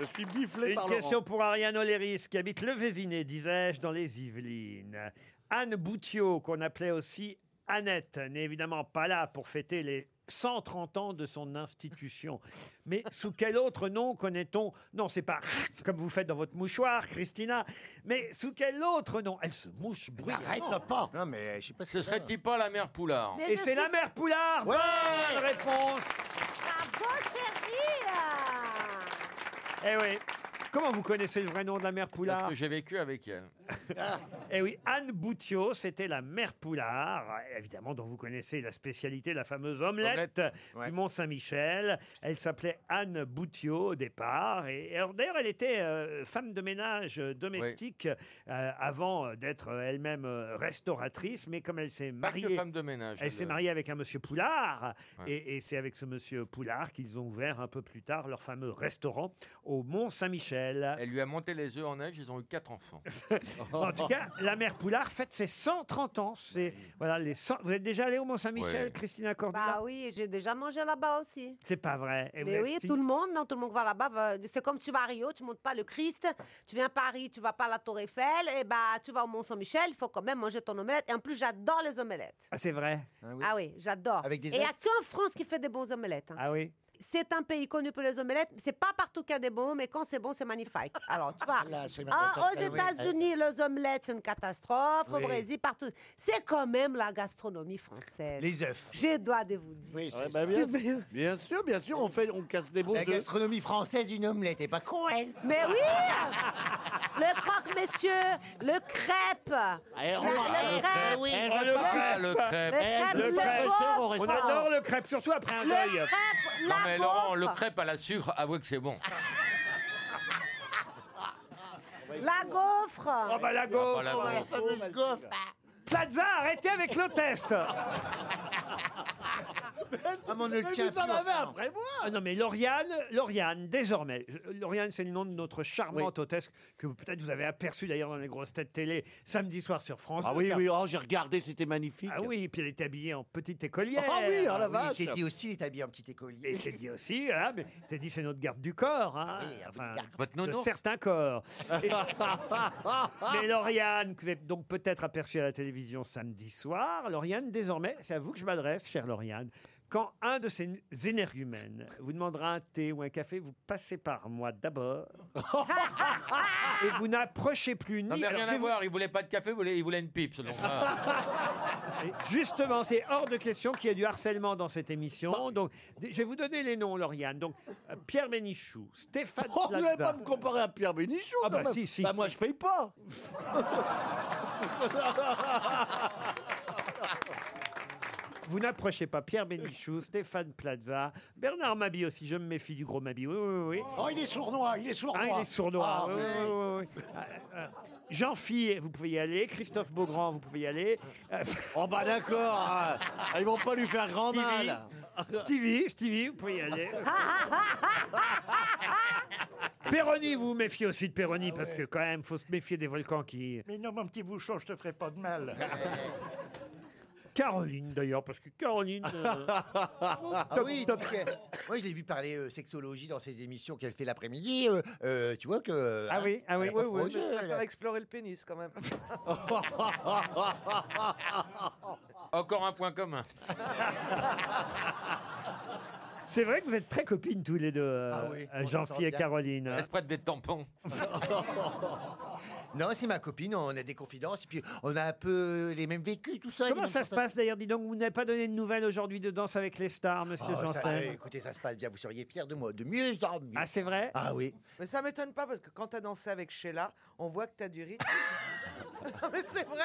Je suis biflé Une question pour Ariane Oléris qui habite le Vésiné, disais-je, dans les Yvelines. Anne Boutiot, qu'on appelait aussi Annette, n'est évidemment pas là pour fêter les 130 ans de son institution. Mais sous quel autre nom connaît-on Non, c'est pas comme vous faites dans votre mouchoir, Christina. Mais sous quel autre nom Elle se mouche bruyamment. arrête pas Non, mais euh, je sais pas Ce serait-il pas la mère Poulard Et c'est la mère Poulard Ouais Bonne réponse Eh oui Comment vous connaissez le vrai nom de la mère Poulard Parce que j'ai vécu avec elle. Eh oui, Anne Boutiot, c'était la mère Poulard, évidemment, dont vous connaissez la spécialité, la fameuse omelette, du Mont-Saint-Michel. Elle s'appelait Anne Boutiot au départ. Et, et alors, d'ailleurs, elle était euh, femme de ménage euh, domestique euh, avant euh, d'être euh, elle-même euh, restauratrice. Mais comme elle s'est Pas que mariée. femme de ménage, Elle elle, s'est euh, mariée avec un monsieur Poulard. Ouais. Et, et c'est avec ce monsieur Poulard qu'ils ont ouvert un peu plus tard leur fameux restaurant au Mont-Saint-Michel. Elle lui a monté les œufs en neige, ils ont eu quatre enfants. En tout cas, la mère Poulard fête ses 130 ans. C'est voilà les 100 Vous êtes déjà allé au Mont-Saint-Michel, Ouais. Christina Cordula Bah oui, j'ai déjà mangé là-bas aussi. C'est pas vrai. Et vous Mais avez oui, signé- tout le monde, non, tout le monde qui va là-bas, va- c'est comme tu vas à Rio, tu montes pas le Christ, tu viens à Paris, tu vas pas à la Tour Eiffel, et bah tu vas au Mont Saint-Michel, il faut quand même manger ton omelette. Et en plus, j'adore les omelettes. Ah, c'est vrai. Ah oui, j'adore. Avec des Et il n'y a œufs qu'en France qui fait des bons omelettes. hein. Ah oui. C'est un pays connu pour les omelettes. C'est pas partout qu'il y a des bons, mais quand c'est bon, c'est magnifique. Alors, tu vois, ma ah, tata- aux Ah oui. États-Unis, les omelettes, c'est une catastrophe. Au Oui. Brésil, partout. C'est quand même la gastronomie française. Les œufs. J'ai dois de vous dire. c'est bah, bien, bien sûr, bien sûr, on, fait, on casse des bons La œufs. gastronomie française, une omelette, et pas con, elle. Mais oui Le croque, messieurs, le crêpe la- on- Le elle- crêpe oui. Le Oh, le Ah, crêpe. le crêpe. crêpe, le gaufre. On adore le crêpe, surtout après un Ah. Le deuil. crêpe, Non la mais Laurent, gaufre. le crêpe à la sucre, avouez que c'est bon. Ah, La gaufre Oh bah la gaufre. Ah, bah, la gaufre. La fameuse gaufre. Plaza, arrêtez avec l'hôtesse Ah, on ne le Mais tient vous en plus avez ensemble. après moi Ah Non, mais Lauriane, Lauriane, désormais, je- Lauriane, c'est le nom de notre charmante hôtesse que vous- peut-être vous avez aperçu d'ailleurs dans les grosses têtes télé samedi soir sur France. Ah deux, oui, car- oui, oh, j'ai regardé, c'était magnifique. Ah oui, et puis elle était habillée en petite écolière. Ah oui, oh la Ah vache. Teddy aussi, il est habillé en petit écolier. Et Teddy aussi, hein, mais Teddy, c'est notre garde du corps. Hein, ah Oui, un peu enfin, de garde. Votre de nounours. certains corps. Et- Ah, Ah. mais Lauriane, que vous avez donc peut-être aperçue à la télévision samedi soir, Lauriane, désormais, c'est à vous que je m'adresse, chère Lauriane. Quand un de ces énergumènes vous demandera un thé ou un café, vous passez par moi d'abord. et vous n'approchez plus ni. Non mais alors, rien je vais à vous- voir, il voulait pas de café, il voulait, il voulait une pipe. ce nom. Ah. et Eh, Justement, c'est hors de question qu'il y ait du harcèlement dans cette émission. Donc, d- je vais vous donner les noms, Lauriane. Donc, euh, Pierre Bénichou, Stéphane Oh, vous n'allez Plaza. pas me comparer à Pierre Bénichou Ah quand bah même. si, si, Bah si. moi, je paye pas. Vous n'approchez pas Pierre Bénichou, Stéphane Plaza, Bernard Mabi aussi. Je me méfie du gros Mabi. Oui, oui, oui. Oh, il est sournois, il est sournois. Ah, il est sournois. Ah, oui, oui. oui, oui, oui. Ah, ah, jean phi vous pouvez y aller. Christophe Beaugrand, vous pouvez y aller. Oh bah d'accord, hein. ils vont pas lui faire grand mal. Stevie, Stevie, vous pouvez y aller. Péroni, vous vous méfiez aussi de Péroni, parce que quand même, faut se méfier des volcans qui... Mais non, mon petit bouchon, je te ferai pas de mal. Caroline, d'ailleurs, parce que Caroline... euh, Ah oui, donc, euh, moi je l'ai vu parler euh, sexologie dans ses émissions qu'elle fait l'après-midi. euh, euh, tu vois que. Ah oui, ah elle oui. a pas Oui, oui, froid aux Mais je yeux, elle a- préfère explorer le pénis quand même. Encore un point commun. C'est vrai que vous êtes très copines tous les deux, euh, Ah oui, euh, on s'entend Jean-Phi et bien. Caroline. hein. Est-ce prête des tampons Non, c'est ma copine, on a des confidences, et puis on a un peu les mêmes vécus, tout ça. les Comment mêmes ça se passe sensations. d'ailleurs Dis donc, vous n'avez pas donné de nouvelles aujourd'hui de Danse avec les stars, monsieur Oh, ça- eh, Janssen. écoutez, ça se passe bien, vous seriez fiers de moi, de mieux en mieux. Ah, c'est vrai Ah oui. Mais ça m'étonne pas parce que quand t'as dansé avec Sheila, on voit que t'as du rythme. Non, mais c'est vrai.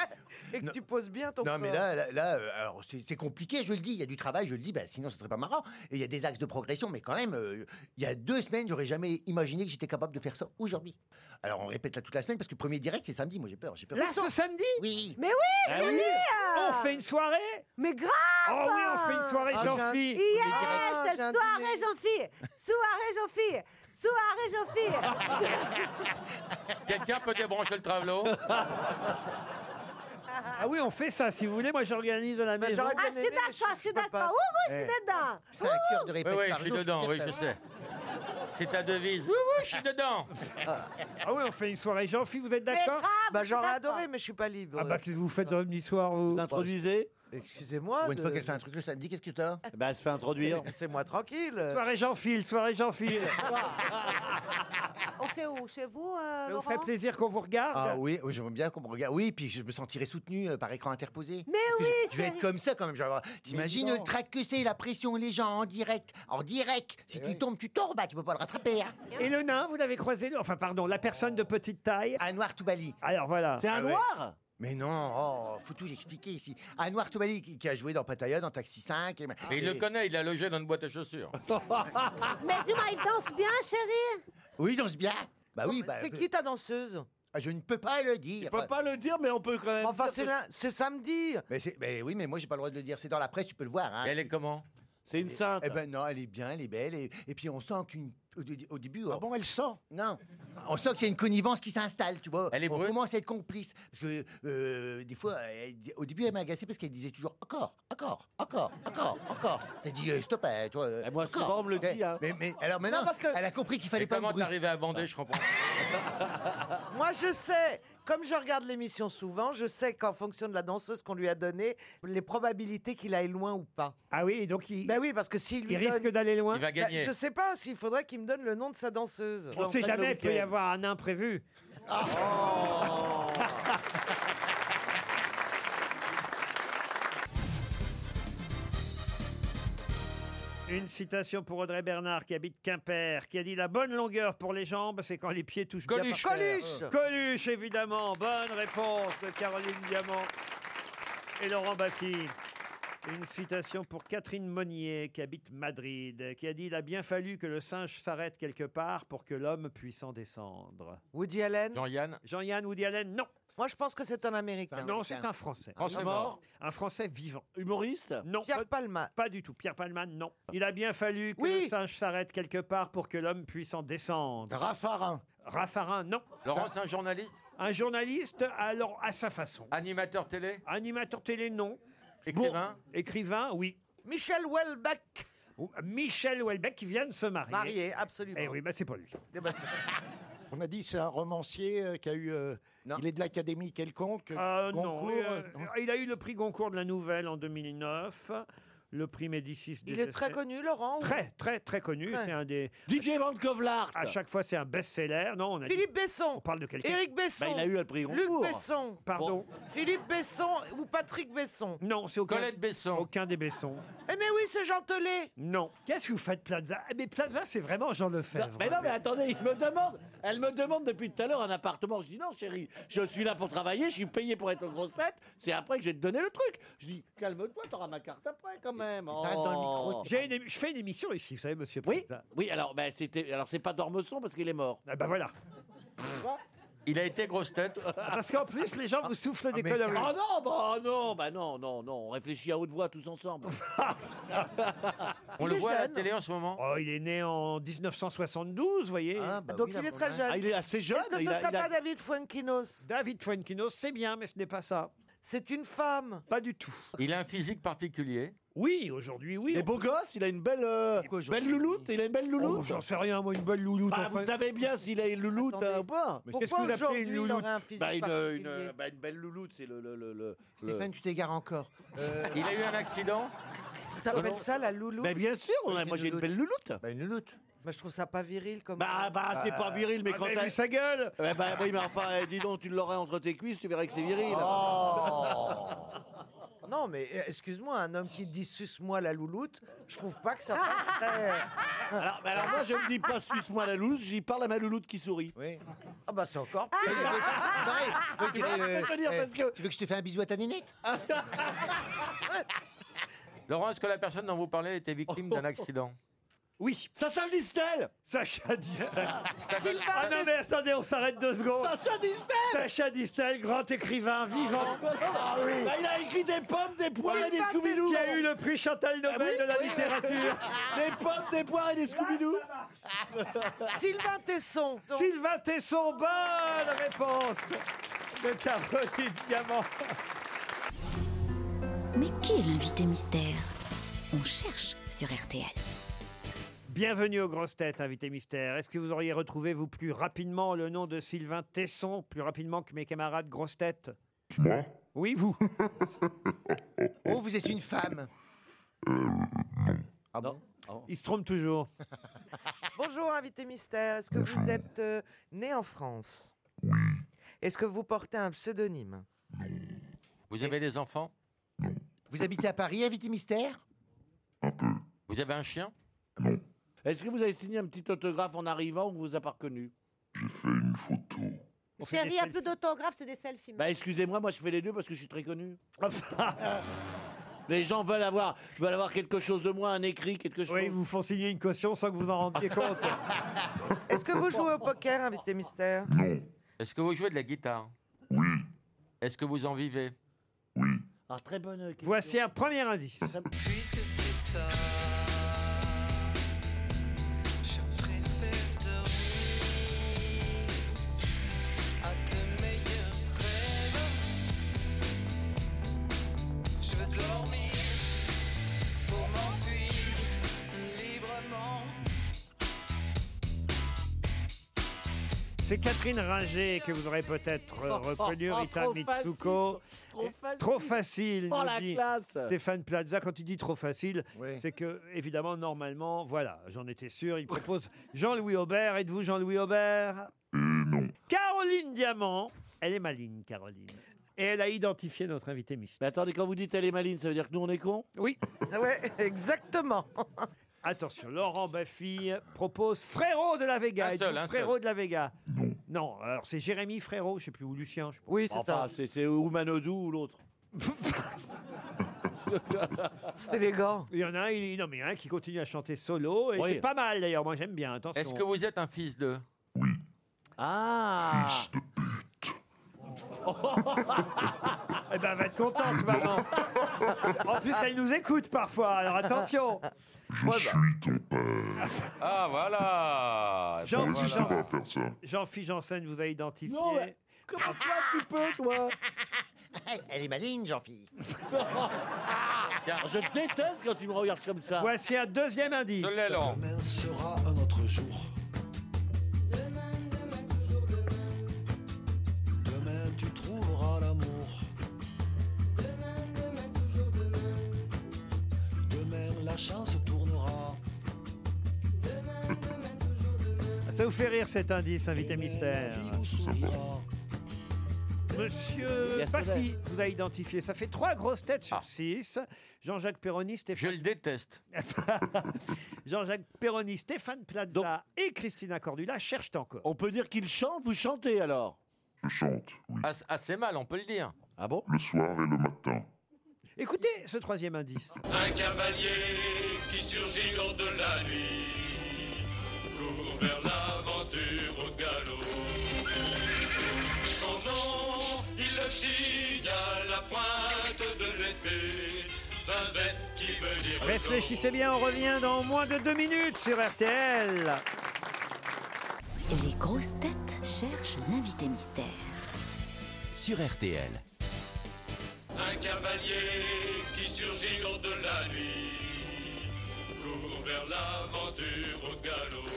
Et que tu poses bien ton non, mais corps. là, là, là, euh, alors, c'est c'est compliqué, je le dis. Il y a du travail, je le dis, bah, sinon ce serait pas marrant. Et il y a des axes de progression, mais quand même, euh, il y a deux semaines, j'aurais jamais imaginé que j'étais capable de faire ça aujourd'hui. Alors on répète là toute la semaine parce que le premier direct c'est samedi, moi j'ai peur. j'ai peur. Là, ce samedi Oui. Mais oui, Ah c'est oui. lui Eh On fait une soirée Mais grave Oh oui, on fait une soirée, Ah, jean j'ai un- phi Yes Soirée, Jean-Fille Soirée, Jean-Fille Soirée, Jean-Fille Quelqu'un peut débrancher le travelot Ah oui, on fait ça, si vous voulez. Moi, j'organise à la maison. Ah, je suis d'accord, je suis d'accord Ouh, ouh, je suis Eh, dedans C'est un cœur de Oui, répète oui, par je suis jour, dedans, oui, veux dire, je ça- sais. C'est ta devise. Oui, oui, je suis dedans. Ah oui, on fait une soirée jean phi vous êtes Mais d'accord grave, Bah, j'aurais j'aurais je suis adoré, d'accord. mais je suis pas libre. Ah bah, qu'est-ce que vous faites samedi soir vous Introduisez Excusez-moi. Pour une de- fois qu'elle fait un truc le samedi, qu'est-ce que t'as Eh, Bah, elle se fait introduire. Laissez-moi tranquille. Soirée jean phi soirée jean phi On fait où Chez vous, Ah, euh, Ça vous Laurent ferait plaisir qu'on vous regarde Ah oui, oui, j'aimerais bien qu'on me regarde. Oui, puis je me sentirais soutenu euh, par écran interposé. Mais Parce que oui, je, je vais c'est- être comme ça quand même. je vais avoir- T'imagines non. le trac que c'est, la pression, les gens en direct, en direct. Si tu tombes, tu tombes, bah, tu peux pas le rattraper. hein. Eh Et le nain, vous l'avez croisé le- Enfin, pardon, la personne de petite taille Un noir tout bali. Alors voilà. C'est un Ah ouais. noir Mais non, oh, faut tout l'expliquer ici. Un noir tout bali qui, qui a joué dans Pattaya, dans Taxi 5. Et, Ah, Mais il et- le connaît, il l'a logé dans une boîte à chaussures. Mais dis-moi, il danse bien, chérie Oui, danse bien. Bah oui, bah, Oh, C'est qui ta danseuse ah, Je ne peux pas le dire. On peut pas le dire, mais on peut quand même. Enfin, dire c'est que- lin- c'est samedi. Mais, c'est- mais oui, mais moi j'ai pas le droit de le dire. C'est dans la presse, tu peux le voir. hein. Et elle est comment C'est une sainte. Eh ben non, elle est bien, elle est belle. Et, et puis on sent qu'une. Au, dé- au début. Ah bon, elle sent Non. On sent qu'il y a une connivence qui s'installe, tu vois. Elle est on brune commence à être complice. Parce que euh, des fois, elle dit- au début, elle m'a agacé parce qu'elle disait toujours encore, encore, encore, encore, encore. J'ai dit euh, stop, euh, toi. euh, Eh, moi, encore. souvent, on me le Mais- dit, hein. Mais, mais alors maintenant, Non, parce que- elle a compris qu'il fallait Et pas. comment me brûler. t'es arrivé à Vendée, je comprends. Moi, je sais, comme je regarde l'émission souvent, je sais qu'en fonction de la danseuse qu'on lui a donnée, les probabilités qu'il aille loin ou pas. Ah oui, donc il, Ben oui, parce que s'il lui il donne... risque d'aller loin. Il va Ben, gagner. je sais pas s'il faudrait qu'il me donne le nom de sa danseuse. On sait l'emmène le jamais, il peut y week-end. avoir un imprévu. Ah. Une citation pour Audrey Bernard qui habite Quimper, qui a dit La bonne longueur pour les jambes, c'est quand les pieds touchent Coluche. bien par terre. Euh, Coluche. Coluche, évidemment. Bonne réponse de Caroline Diamant et Laurent Baffy. Une citation pour Catherine Monnier qui habite Madrid, qui a dit Il a bien fallu que le singe s'arrête quelque part pour que l'homme puisse en descendre. Woody Allen Jean-Yann, Jean-Yann Woody Allen, non. Moi, je pense que c'est un Américain. Non, c'est un Français. Français mort. Un Français vivant. Humoriste Non, Pierre pas, Palma. pas du tout. Pierre Palman, non. Il a bien fallu que Oui. le singe s'arrête quelque part pour que l'homme puisse en descendre. Raffarin. Raffarin, non. Laurent, c'est un journaliste Un journaliste, alors à sa façon. Animateur télé Animateur télé, non. Écrivain Bon, écrivain, oui. Michel Houellebecq. Ou- Michel Houellebecq qui vient de se marier. Marié, absolument. Eh oui, bah c'est pas lui. Eh ben, c'est- On a dit c'est un romancier euh, qui a eu. euh, Non. il est de l'académie quelconque. Ah, non, Goncourt, oui, euh, euh, non. il a eu le prix Goncourt de la Nouvelle en 2009, le prix Médicis. Il des est très essais. connu, Laurent. ou- Très, très, très connu. Ouais. C'est un des. DJ Van Kovlar. À chaque fois, c'est un best-seller. Non, on a dit- Philippe Besson. On parle de quelqu'un. Éric Besson. Bah, il a eu le prix Luc Goncourt. Besson. Pardon. Philippe Besson ou Patrick Besson. Non, c'est aucun. Colette Besson. Aucun des Bessons. Eh mais oui, c'est Jean Telet. Non. Qu'est-ce que vous faites, Plaza Ah, Mais Plaza, c'est vraiment Jean Lefebvre. Mais non, mais attendez, il me demande, elle me demande depuis tout à l'heure un appartement. Je dis non, chérie, je suis là pour travailler, je suis payé pour être aux grossettes, c'est après que je vais te donner le truc. Je dis, calme-toi, t'auras ma carte après quand même. hein. parle dans le micro. Oh. J'ai une émi- Je fais une émission ici, vous savez, monsieur Oui, Plaza. oui, alors, ben, c'était, alors c'est pas Dormesson parce qu'il est mort. Ah bah voilà. Il a été Ah, grosse tête. Parce qu'en plus, les gens vous soufflent des mais c'est- conneries. Oh non, bah non, bah non, non, non, on réfléchit à haute voix tous ensemble. On Il le est voit à la jeune. télé en ce moment. Oh, il est né en 1972, vous voyez. Ah, bah Donc oui, il la est très bonne- jeune. Ah, il est assez jeune. Est-ce que ce il a- ne sera il a- pas David Fuenquinos David Fuenquinos, c'est bien, mais ce n'est pas ça. C'est une femme. Pas du tout. Il a un physique particulier. Oui, aujourd'hui, oui. Les beaux gosses, il a une belle, euh, belle louloute. Il a une belle louloute. Oh, J'en sais rien, moi, une belle louloute. Bah, enfin. vous savez bien s'il a une louloute Attendez. euh, ou pas. Mais qu'est-ce que vous appelez une louloute Bah, une, euh, une, particulier euh, bah, une belle louloute, c'est le. le, le, le- Stéphane, tu t'égares encore. Euh, Il a eu un accident T'appelles ça la louloute Ah Mais bien sûr, on a- moi j'ai une belle louloute. une louloute. Bah, je trouve ça pas viril comme. Bah, bah, c'est pas viril, mais quand elle elle. sa gueule bah, oui, mais enfin, eh, dis donc, tu l'aurais entre tes cuisses, tu verrais que c'est viril. oh. Oh. Non, mais euh, excuse-moi, un homme qui dit suce-moi la louloute, je trouve pas que ça passe très. Alors, bah, alors moi, je ne dis pas suce-moi la louloute, j'y parle à ma louloute qui sourit. Oui. Ah, bah, c'est encore Pareil, Ah, Ah. tu veux que- Tu vois, je vais te dire eh, parce tu veux que je te fasse un bisou à ta nénette Laurent, est-ce que la personne dont vous parlez était victime Oh. d'un accident Oui. Sacha Distel Sacha Distel Sylvain Ah non, mais attendez, on s'arrête deux secondes. Sacha Distel Sacha Distel, grand écrivain vivant. Ah oui. Bah, il a écrit des pommes, des poires et des Scooby-Doo. Ah Qui a eu le prix Chantal Nobel de la littérature. Des pommes, des poires et des Scooby-Doo. Sylvain Tesson. Sylvain Tesson, bonne réponse de Caroline Diamant. Mais qui est l'invité mystère On cherche sur RTL. Bienvenue aux grosses têtes, invité mystère. Est-ce que vous auriez retrouvé, vous, plus rapidement le nom de Sylvain Tesson, plus rapidement que mes camarades grosses têtes Moi Oui, vous. Oh, vous êtes une femme. Ah bon Euh, Il se trompe toujours. Bonjour, invité mystère. Est-ce que vous êtes euh, né en France Est-ce que vous portez un pseudonyme Vous avez des enfants Vous habitez à Paris, invité mystère Vous avez un chien Est-ce que vous avez signé un petit autographe en arrivant ou vous a pas reconnu J'ai fait une photo. Chérie, il n'y a plus d'autographe, c'est des selfies. Bah excusez-moi, moi je fais les deux parce que je suis très connu. Les gens veulent avoir, veulent avoir quelque chose de moi, un écrit, quelque chose. Oui, ils vous font signer une caution sans que vous en rendiez compte. Est-ce que vous jouez au poker, invité mystère Est-ce que vous jouez de la guitare Oui. Est-ce que vous en vivez Ah, très bonne question. Voici un premier indice. Je veux dormir pour m'enfuir librement. C'est Catherine Ringer que vous aurez peut-être euh, reconnue, Oh, oh, Rita trop Mitsuko. Trop facile. Trop facile, Oh nous la dit classe. Stéphane Plaza. Quand il dit trop facile, c'est que, évidemment, normalement, voilà, j'en étais sûr, il propose Jean-Louis Aubert. Êtes-vous Jean-Louis Aubert Non. Caroline Diamant. Elle est maligne, Caroline. Et elle a identifié notre invité mystère. Mais attendez, quand vous dites elle est maligne, ça veut dire que nous on est cons Oui. Ah Ouais, exactement. Attention, Laurent Baffy propose Frérot de la Vega. Un Êtes-vous seul, un Frérot seul. de la Vega. Non. alors c'est Jérémy Frérot, je sais plus, ou Lucien, je sais pas. Oui, Enfin, c'est- c'est ou Manodou ou l'autre. C'est élégant. Il y en a un, il- non, mais il y en a un qui continue à chanter solo, et Oui. c'est pas mal d'ailleurs, moi j'aime bien, attention. Est-ce que vous êtes un fils de Ah Eh ben, elle va être contente, maman En plus, elle nous écoute parfois, alors attention bah, Ah voilà Jean- Voilà. Jean- Jean-Philippe Janssen vous a identifié. Non, mais comment toi tu peux, toi Eh, Elle est maligne, Jean-Philippe. Je déteste quand tu me regardes comme ça. Voici un deuxième indice. Demain sera un autre jour. Demain, demain, toujours demain. Demain, tu trouveras l'amour. Demain, demain, toujours demain. Demain, la chance tournera. Demain, demain, toujours demain. Ça vous fait rire cet indice, invité mystère. Monsieur Yes, Baffy vous a identifié. Ça fait trois grosses têtes sur six. Jean-Jacques Perroni, Stéphane. Ah. Je le déteste. Jean-Jacques Perroni, Stéphane Plaza et Christina Cordula cherchent encore. On peut dire qu'il chante, vous chantez alors As- assez ah, mal, on peut le dire. Ah bon Le soir et le matin. Écoutez ce troisième indice. Un cavalier qui surgit hors de la nuit court vers l'aventure au galop. Son nom, il le signe à la pointe de l'épée. Vinzette qui veut dire. Réfléchissez bien, on revient dans moins de deux minutes sur RTL. Les grosses têtes cherchent l'invité mystère. Sur RTL. Un cavalier qui surgit hors de la nuit, court vers l'aventure au galop.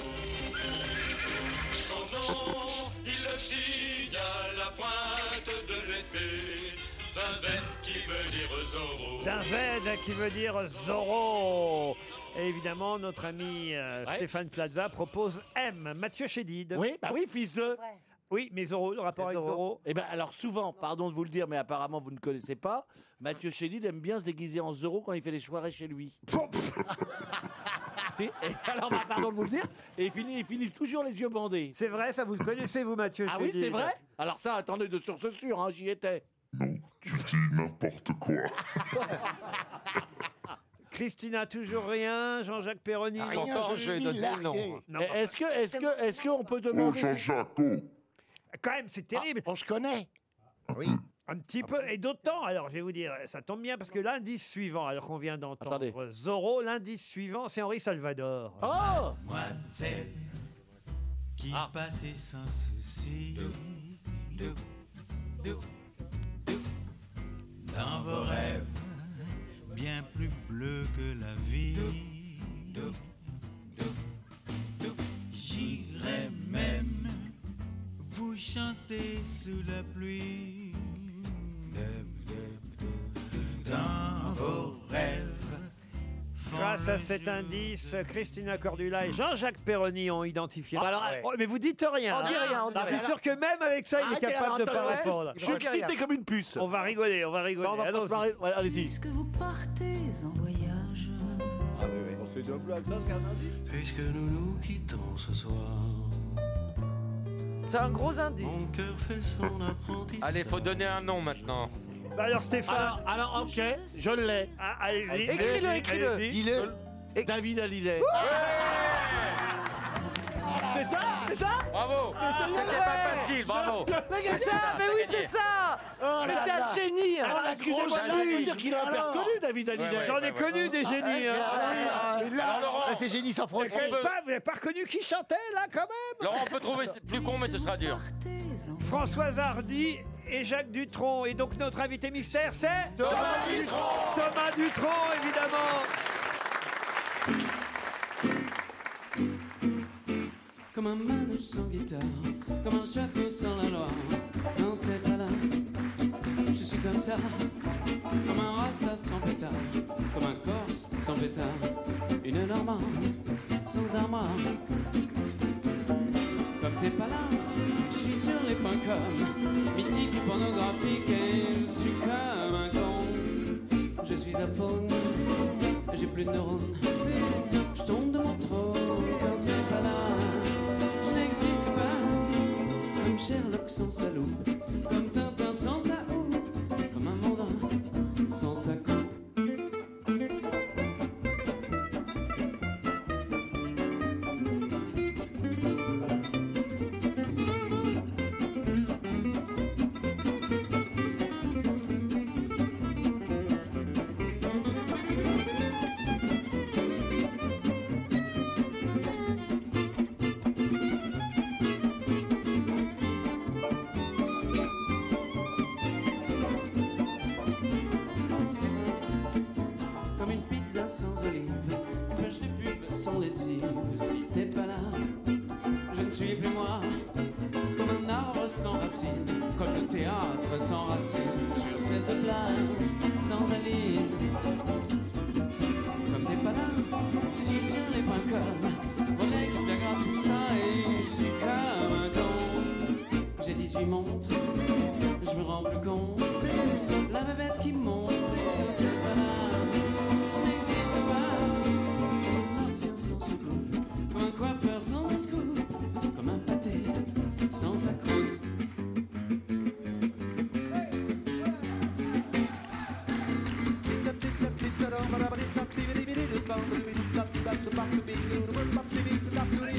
Son nom, il le signe à la pointe de l'épée, d'un Z qui veut dire Zorro. D'un Z qui veut dire Zorro. Et évidemment, notre ami euh, Stéphane Plaza propose M, Mathieu Chédid. Oui, bah oui, fils de. Oui, mais Zorro, le rapport avec Zorro. Eh ben alors souvent, pardon de vous le dire, mais apparemment vous ne connaissez pas, Mathieu Chédid aime bien se déguiser en Zorro quand il fait les soirées chez lui. Si, et alors, bah, pardon de vous le dire, et il finit, il finit toujours les yeux bandés. C'est vrai, ça vous le connaissez, vous, Mathieu Ah oui, Chédid c'est vrai Alors ça, attendez, de source sûre, hein, j'y étais. N'importe quoi. Christina, toujours rien. Jean-Jacques Perroni. Rien, Pourtant, Ah, je je lui donne l'ai le nom. largué. Est-ce que, est-ce que, est-ce qu'on peut Oh, demander Ah, Jean-Jacques, oh. Quand même, c'est terrible. on se connaît. Oui. Un petit peu, et d'autant, alors je vais vous dire, ça tombe bien parce que l'indice suivant, alors qu'on vient d'entendre Zorro, l'indice suivant, c'est Henri Salvador. Oh Mademoiselle qui Ah. passait sans souci de, de- de- dans vos rêves, bien plus bleu que la vie. de- de- de- J'irai même vous chanter sous la pluie. De- de- de- Dans vos rêves. Grâce à cet indice, Christina Cordula et Jean-Jacques Perroni ont identifié. Ah, alors, Oh, mais vous dites rien. On dit hein. rien, on dit Je suis rien. sûr que même avec ça, il est Arrêtez, capable de alors, pas attendez, répondre. ouais, je suis excité comme une puce. On va rigoler, on va rigoler. Bon, on va Ah, pas se Allons-y. marrer. Ouais, allez-y. Puisque vous partez en voyage. Ah oui, oui. On s'est dit, blague, ça, c'est un indice. Puisque nous nous quittons ce soir. C'est un gros indice. Mon cœur fait son apprentissage. Allez, faut donner un nom maintenant. Bah alors Stéphane. Alors, alors, ok, je l'ai. Ah, allez-y. Écris-le, Allez-y, écris-le. allez-y. Dis-le. David Hallyday. C'est ça C'est ça Bravo C'était pas facile, bravo C'est ça Mais oui, c'est ça Oh C'était un génie hein. Ah, la grosse nuit dire qu'il a un père connu, David Hallyday. Ouais, ouais, J'en ai ouais, ouais. connu des génies, hein. ah, oui, ah, oui. Alors, Laurent, Ah, c'est génie sans frontières. on peut- Ah, vous n'avez pas reconnu qui chantait là quand même Laurent, on peut trouver c'est plus con, mais ce sera dur. Françoise Hardy et Jacques Dutronc. Et donc notre invité mystère, c'est Thomas Dutronc. Thomas Dutronc, évidemment. Comme un manouche sans guitare, comme un château sans la loi. Non, t'es pas là, je suis comme ça. Comme un rasta sans pétard, comme un corse sans pétard. Une normande sans armoire. Comme t'es pas là, je suis sur les points com. Mythique, pornographique et je suis comme un con. Je suis à faune, j'ai plus de neurones. Je tombe de mon trône quand t'es pas là. Je n'existe pas, comme Sherlock sans sa loupe, comme Tintin sans sa houppe, comme un mandarin sans sa coupe. comme une pizza sans olive, une page de pub sans lessive. Si t'es pas là, je ne suis plus moi, comme un arbre sans racines, comme le théâtre sans racines, sur cette plage sans aline. Comme t'es pas là, je suis sur les points com, mon ex verra tout ça et je suis comme un con. J'ai 18 montres, je me rends plus compte, la bébête qui monte, quand t'es pas là. Je n'existe pas Comme un martien sans soucoupe Comme un coiffeur sans un scoop Comme un pâté sans sa croûte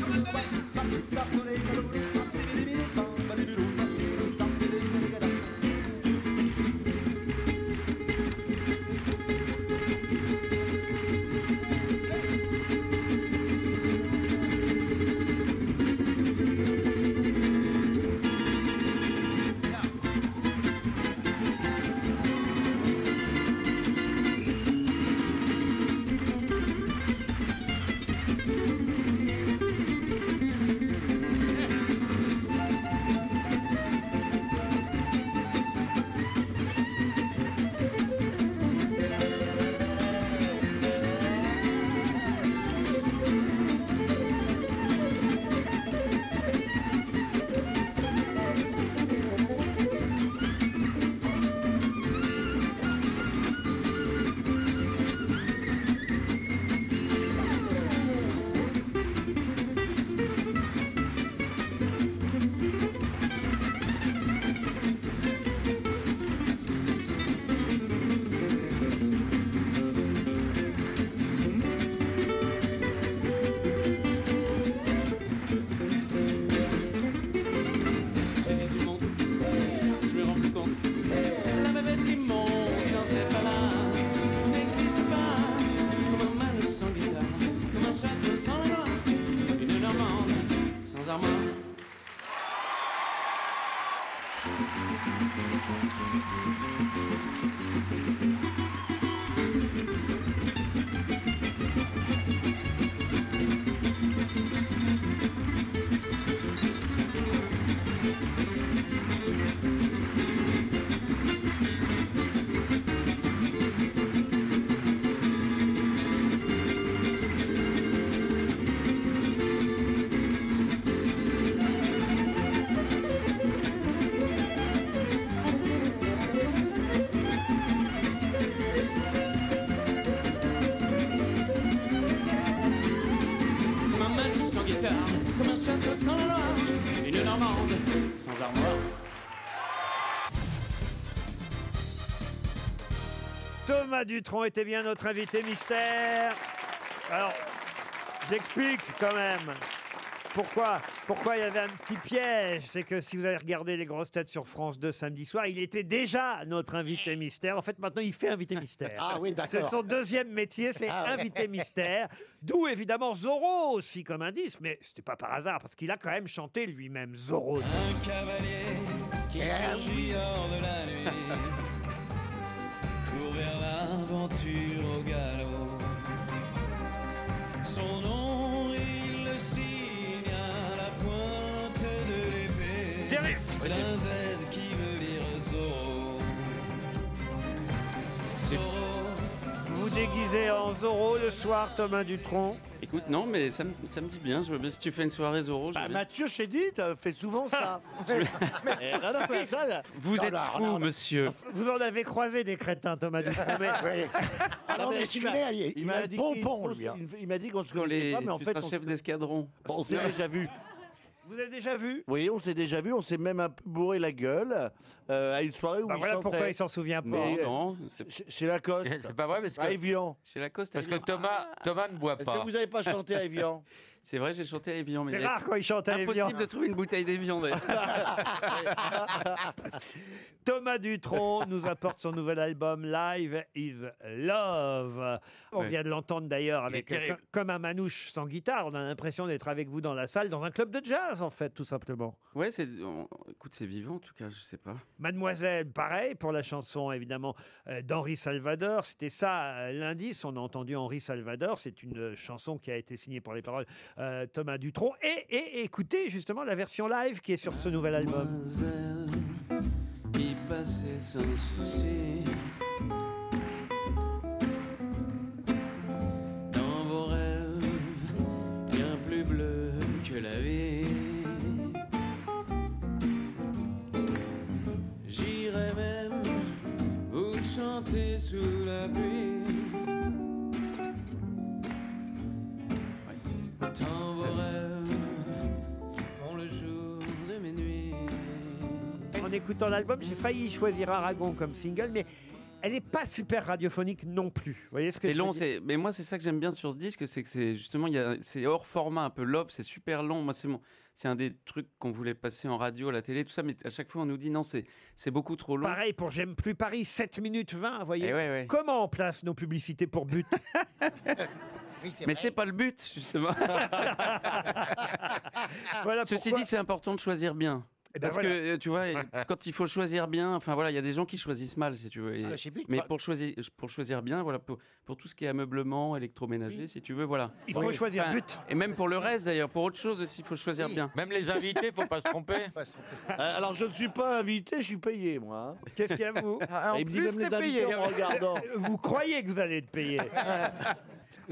Ah, Eh, Thomas Dutronc était bien notre invité mystère. Alors, j'explique quand même. Pourquoi Pourquoi il y avait un petit piège C'est que si vous avez regardé les grosses têtes sur France 2 samedi soir, il était déjà notre invité mystère. En fait, maintenant, il fait invité mystère. Ah oui, d'accord. C'est son deuxième métier, c'est Ah ouais. invité mystère. D'où évidemment Zorro aussi comme indice, mais c'était pas par hasard parce qu'il a quand même chanté lui-même Zorro. Un cavalier qui surgit hors de la nuit court vers l'aventure au galop. Son nom, il le signe à la pointe de l'épée. D'un Z qui veut dire Zorro. Vous déguisez en Zorro le soir, Thomas Dutronc. Écoute, non, mais ça me, ça me dit bien. Je veux bien si tu fais une soirée Zorro. je veux bien. Mathieu Chédid euh, fait souvent ça. Eh, rien à voir avec ça, là. Vous Non, êtes non, fou, non, non. monsieur. Vous en avez croisé des crétins, Thomas Dutronc. mais- Ah non, mais mais celui-là, il- il a un dit bon qu'il- pont, lui, hein. il m'a dit qu'on se Quand connaissait les- pas, mais en tu fait, seras on chef se- d'escadron. Bon, on s'est déjà vu. Vous avez déjà vu Oui, on s'est déjà vu, on s'est même un peu bourré la gueule euh, à une soirée où Bah il voilà chantait. pourquoi il s'en souvient pas. Mais, euh, Non, chez- Chez Lacoste. C'est pas vrai parce que- À Evian. Chez Lacoste. Parce que Thomas, Thomas ne boit Est-ce que vous n'avez pas chanté à Evian C'est vrai, j'ai chanté à Evian. mais C'est il y a- rare quand il chante à Evian. Impossible de trouver une bouteille d'Evian. d'ailleurs. Thomas Dutronc nous apporte son nouvel album Live is Love. On Ouais. vient de l'entendre d'ailleurs Il est avec terrible. co- comme un manouche sans guitare. On a l'impression d'être avec vous dans la salle, dans un club de jazz en fait, tout simplement. Ouais, c'est. on- Écoute, c'est vivant en tout cas, je sais pas. Mademoiselle, pareil pour la chanson évidemment euh, d'Henri Salvador. C'était ça euh, l'indice. On a entendu Henri Salvador. C'est une euh, chanson qui a été signée pour les paroles euh, Thomas Dutronc. Et, et écoutez justement la version live qui est sur ce nouvel album. y passer sans souci. Dans vos rêves, bien plus bleus que la vie. J'irai même vous chanter sous la pluie. Dans vos rêves font le jour de mes nuits. En écoutant l'album, j'ai failli choisir Aragon comme single, mais elle n'est pas super radiophonique non plus. Vous voyez ce que je C'est veux long, dire c'est. Mais moi, c'est ça que j'aime bien sur ce disque, c'est que c'est justement, il y a- c'est hors format, un peu lobe, c'est super long. Moi, c'est mon- c'est un des trucs qu'on voulait passer en radio, à la télé, tout ça, mais à chaque fois, on nous dit non, c'est, c'est beaucoup trop long. Pareil Ah, pour J'aime plus Paris, 7 minutes 20, vous voyez. Eh ouais, ouais. Comment on place nos publicités pour but mais c'est pas le but, justement. Ceci dit, c'est important de choisir bien. Eh ben Parce voilà. que euh, tu vois, quand il faut choisir bien, enfin voilà, il y a des gens qui choisissent mal, si tu veux. et- Ah, je sais plus. mais pour choisir, pour choisir bien, voilà, pour, pour tout ce qui est ameublement, électroménager, si tu veux, voilà. Il faut choisir but. Et même pour le reste d'ailleurs, pour autre chose aussi, il faut choisir bien. Même les invités, faut pas se tromper. 呃 Euh, Alors, je ne suis pas invité, je suis payé, moi. Qu'est-ce qu'il y a, vous Ah, Il me dit même les invités en me regardant. Vous croyez que vous allez être payé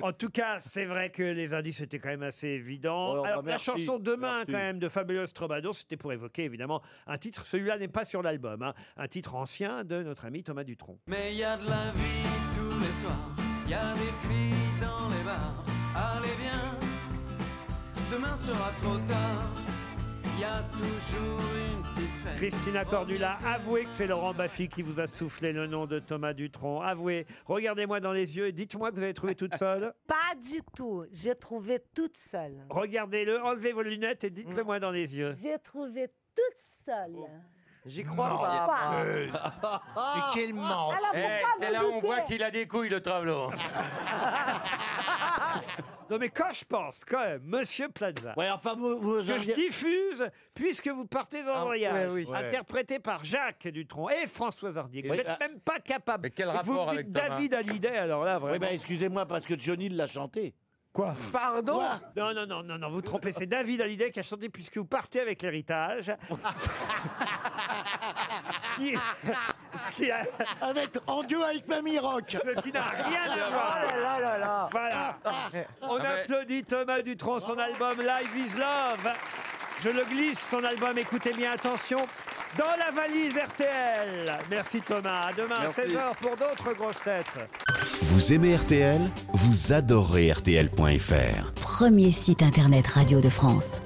En tout cas, c'est vrai que les indices étaient quand même assez évidents. Ouais, enfin, Alors, la merci, chanson Demain, merci. quand même, de Fabulous Troubadour, c'était pour évoquer évidemment un titre. Celui-là n'est pas sur l'album, hein. un titre ancien de notre ami Thomas Dutronc. Mais y a de la vie tous les soirs, y a des filles dans les bars. Allez viens, demain sera trop tard. Y a toujours une petite fête. Christina Cordula, avouez que c'est Laurent Baffy qui vous a soufflé le nom de Thomas Dutronc. Avouez, regardez-moi dans les yeux et dites-moi que vous avez trouvé toute seule. Pas du tout. J'ai trouvé toute seule. Regardez-le, enlevez vos lunettes et dites-le moi dans les yeux. J'ai trouvé toute seule. J'y crois Non. pas. Mais quel manque Alors, Eh, pourquoi Eh, C'est vous là où on doutez voit qu'il a des couilles, le travelot. Non mais quand je pense, quand même, Monsieur Plaza, Ouais, enfin, vous, vous- que je diffuse puisque vous partez en Ah, voyage, ouais, oui. interprété par Jacques Dutronc et Françoise Hardy. Vous Oui, n'êtes ah. même pas capable. quel Et vous rapport me dites avec Thomas David Hallyday, alors là, vraiment. Oui, bah, excusez-moi, parce que Johnny l'a chanté. Quoi Pardon Non, non, non, non, non, vous trompez. C'est David Hallyday qui a chanté puisque vous partez avec l'héritage. Ce qui- ce qui a- Avec En duo avec Mamie Rock. Ce qui n'a rien à voir. Oh là là là là. Voilà. On Ah, mais- applaudit Thomas Dutronc, son album Live is Love. Je le glisse, son album, écoutez bien, attention. Dans la valise RTL. Merci Thomas. À demain, Merci. 16h pour d'autres grosses têtes. Vous aimez RTL Vous adorez RTL.fr. Premier site internet radio de France.